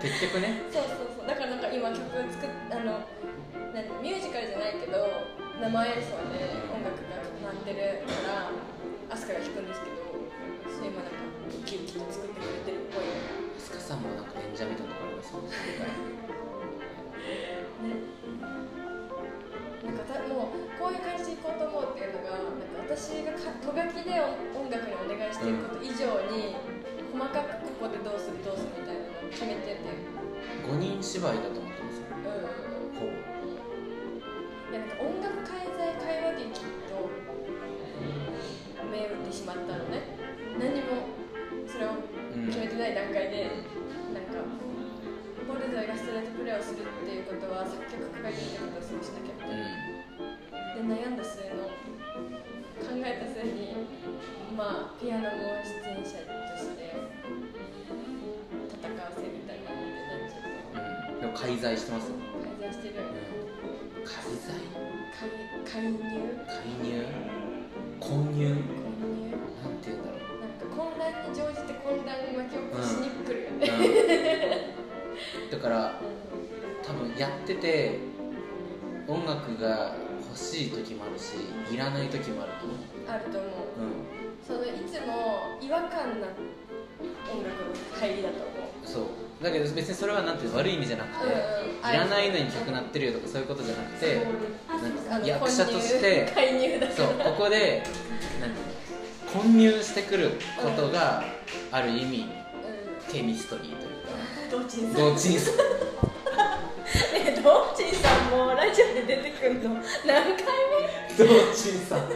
B: 結局ね
A: そうそうそうだからなんか今曲作っあのなんミュージカルじゃないけど生演奏で音楽が鳴ってるからアスカが弾くんですけどそれ今なんかウキウキと作ってくれてるっぽい
B: 飛鳥さんもなんか演者みたいなとこありますよね
A: なんかたもうこういう感じでいこうと思うっていうのがなんか私がかとがきで音楽にお願いしてること以上に細かくここでどうするどうするみたいなのを決めててう
B: 5人芝居だと思ってますよ
A: んい
B: ほぼ
A: やなんか音楽介在会話劇と銘打ってしまったのね何もそれを
B: うん
A: 決めてない段階でなんかボルゾイがストレートプレーをするっていうことは作曲家が言うってことはそうしなきゃみたいな
B: う
A: で悩んだ末の考えた末にまあピアノも出演者として戦わせみたいなのでねちょ
B: んうんでも介在してますよ
A: っと改善してる
B: うん介在
A: 介介入混
B: 介入混
A: 入
B: 入なんて言うんだろ
A: なんか混乱に乗じて混乱を巻き起こしに来るよね、
B: う、うん、だから多分やってて音楽が欲しい時もあるしいらない時もあると思う
A: あると思う
B: う
A: そのいつも違和感な音楽の入りだと思うん
B: そうだけど別にそれはなんていう悪い意味じゃなくて、
A: うんうん
B: いらないのに曲なってるよとかそういうことじゃなくて
A: あ
B: なん
A: の
B: か役者として
A: 混入介入だ
B: そうここでなんていうの混入してくることがある意味
A: う
B: ケミストリー というか
A: んどっちにする
B: 同人さ
A: えどっちんさんもラジオで出てくるの何回目
B: 同人さん
A: 好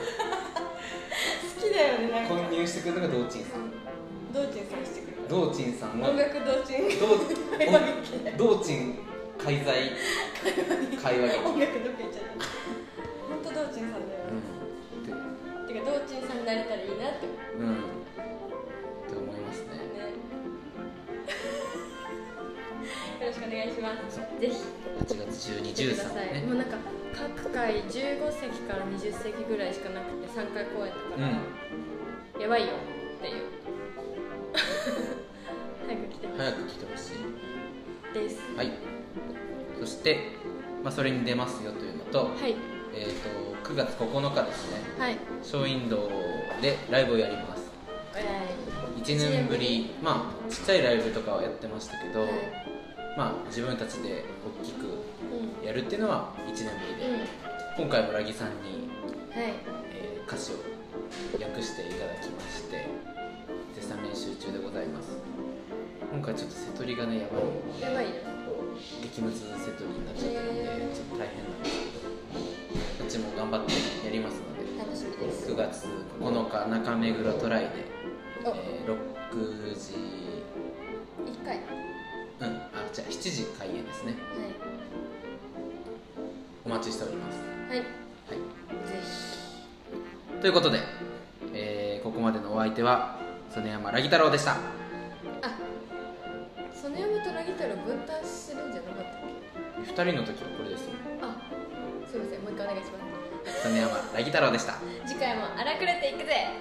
A: きだよねなんか
B: 混入してくるのが同人さん
A: どっちんさんしてくる
B: 同人さんが
A: 音 楽どっちん
B: 同同人介在会話劇
A: 音楽どっか行っちゃった本当どっちんさんだよね、てかどっちんさんになれたらいいなって思う
B: うんうんって思いますね
A: ね よろしくお願いしますぜひ
B: 8月12、
A: 来てくだ
B: 13
A: さい、
B: ね
A: もうなんか各回15席から20席ぐらいしかなくて3回公演だから、やばいよっていう 早く来て
B: う
A: ほ
B: ん
A: し
B: 早く来てほしい
A: いです
B: はい、そして、まあ、それに出ますよというのと,、
A: はい
B: えー、と9月9日ですね
A: はい
B: ショーウィンドウでライブをやります
A: お願い
B: 1年ぶりまあちっちゃいライブとかはやってましたけど、
A: はい
B: まあ自分たちで大きく
A: うんうん
B: やるっていうのは1年ぶりで、今回もラギさんに、
A: はい
B: えー歌詞を訳していただきまして絶賛練習中でございます今回ちょっと瀬戸りがねやばい
A: やばいよ
B: 激ムズセットになっちゃったので、
A: へー
B: ちょっと大変なんですけどこっちも頑張ってやりますので
A: 楽しみです
B: 9月9日中目黒トライで、
A: お
B: えー6時
A: 一回はい
B: うんあじゃあ7時開演ですねお待ちしております、
A: はいぜ
B: は
A: ひ
B: い、ということで、えーここまでのお相手は曽根山ラギ太郎でした
A: ソネヤムとラギタルを分担するんじゃなかったっけ
B: 2人の時はこれですよ
A: あすいませんもう一回お願いしま
B: 曽根山ラギ太郎でした
A: す次回も荒くれていくぜ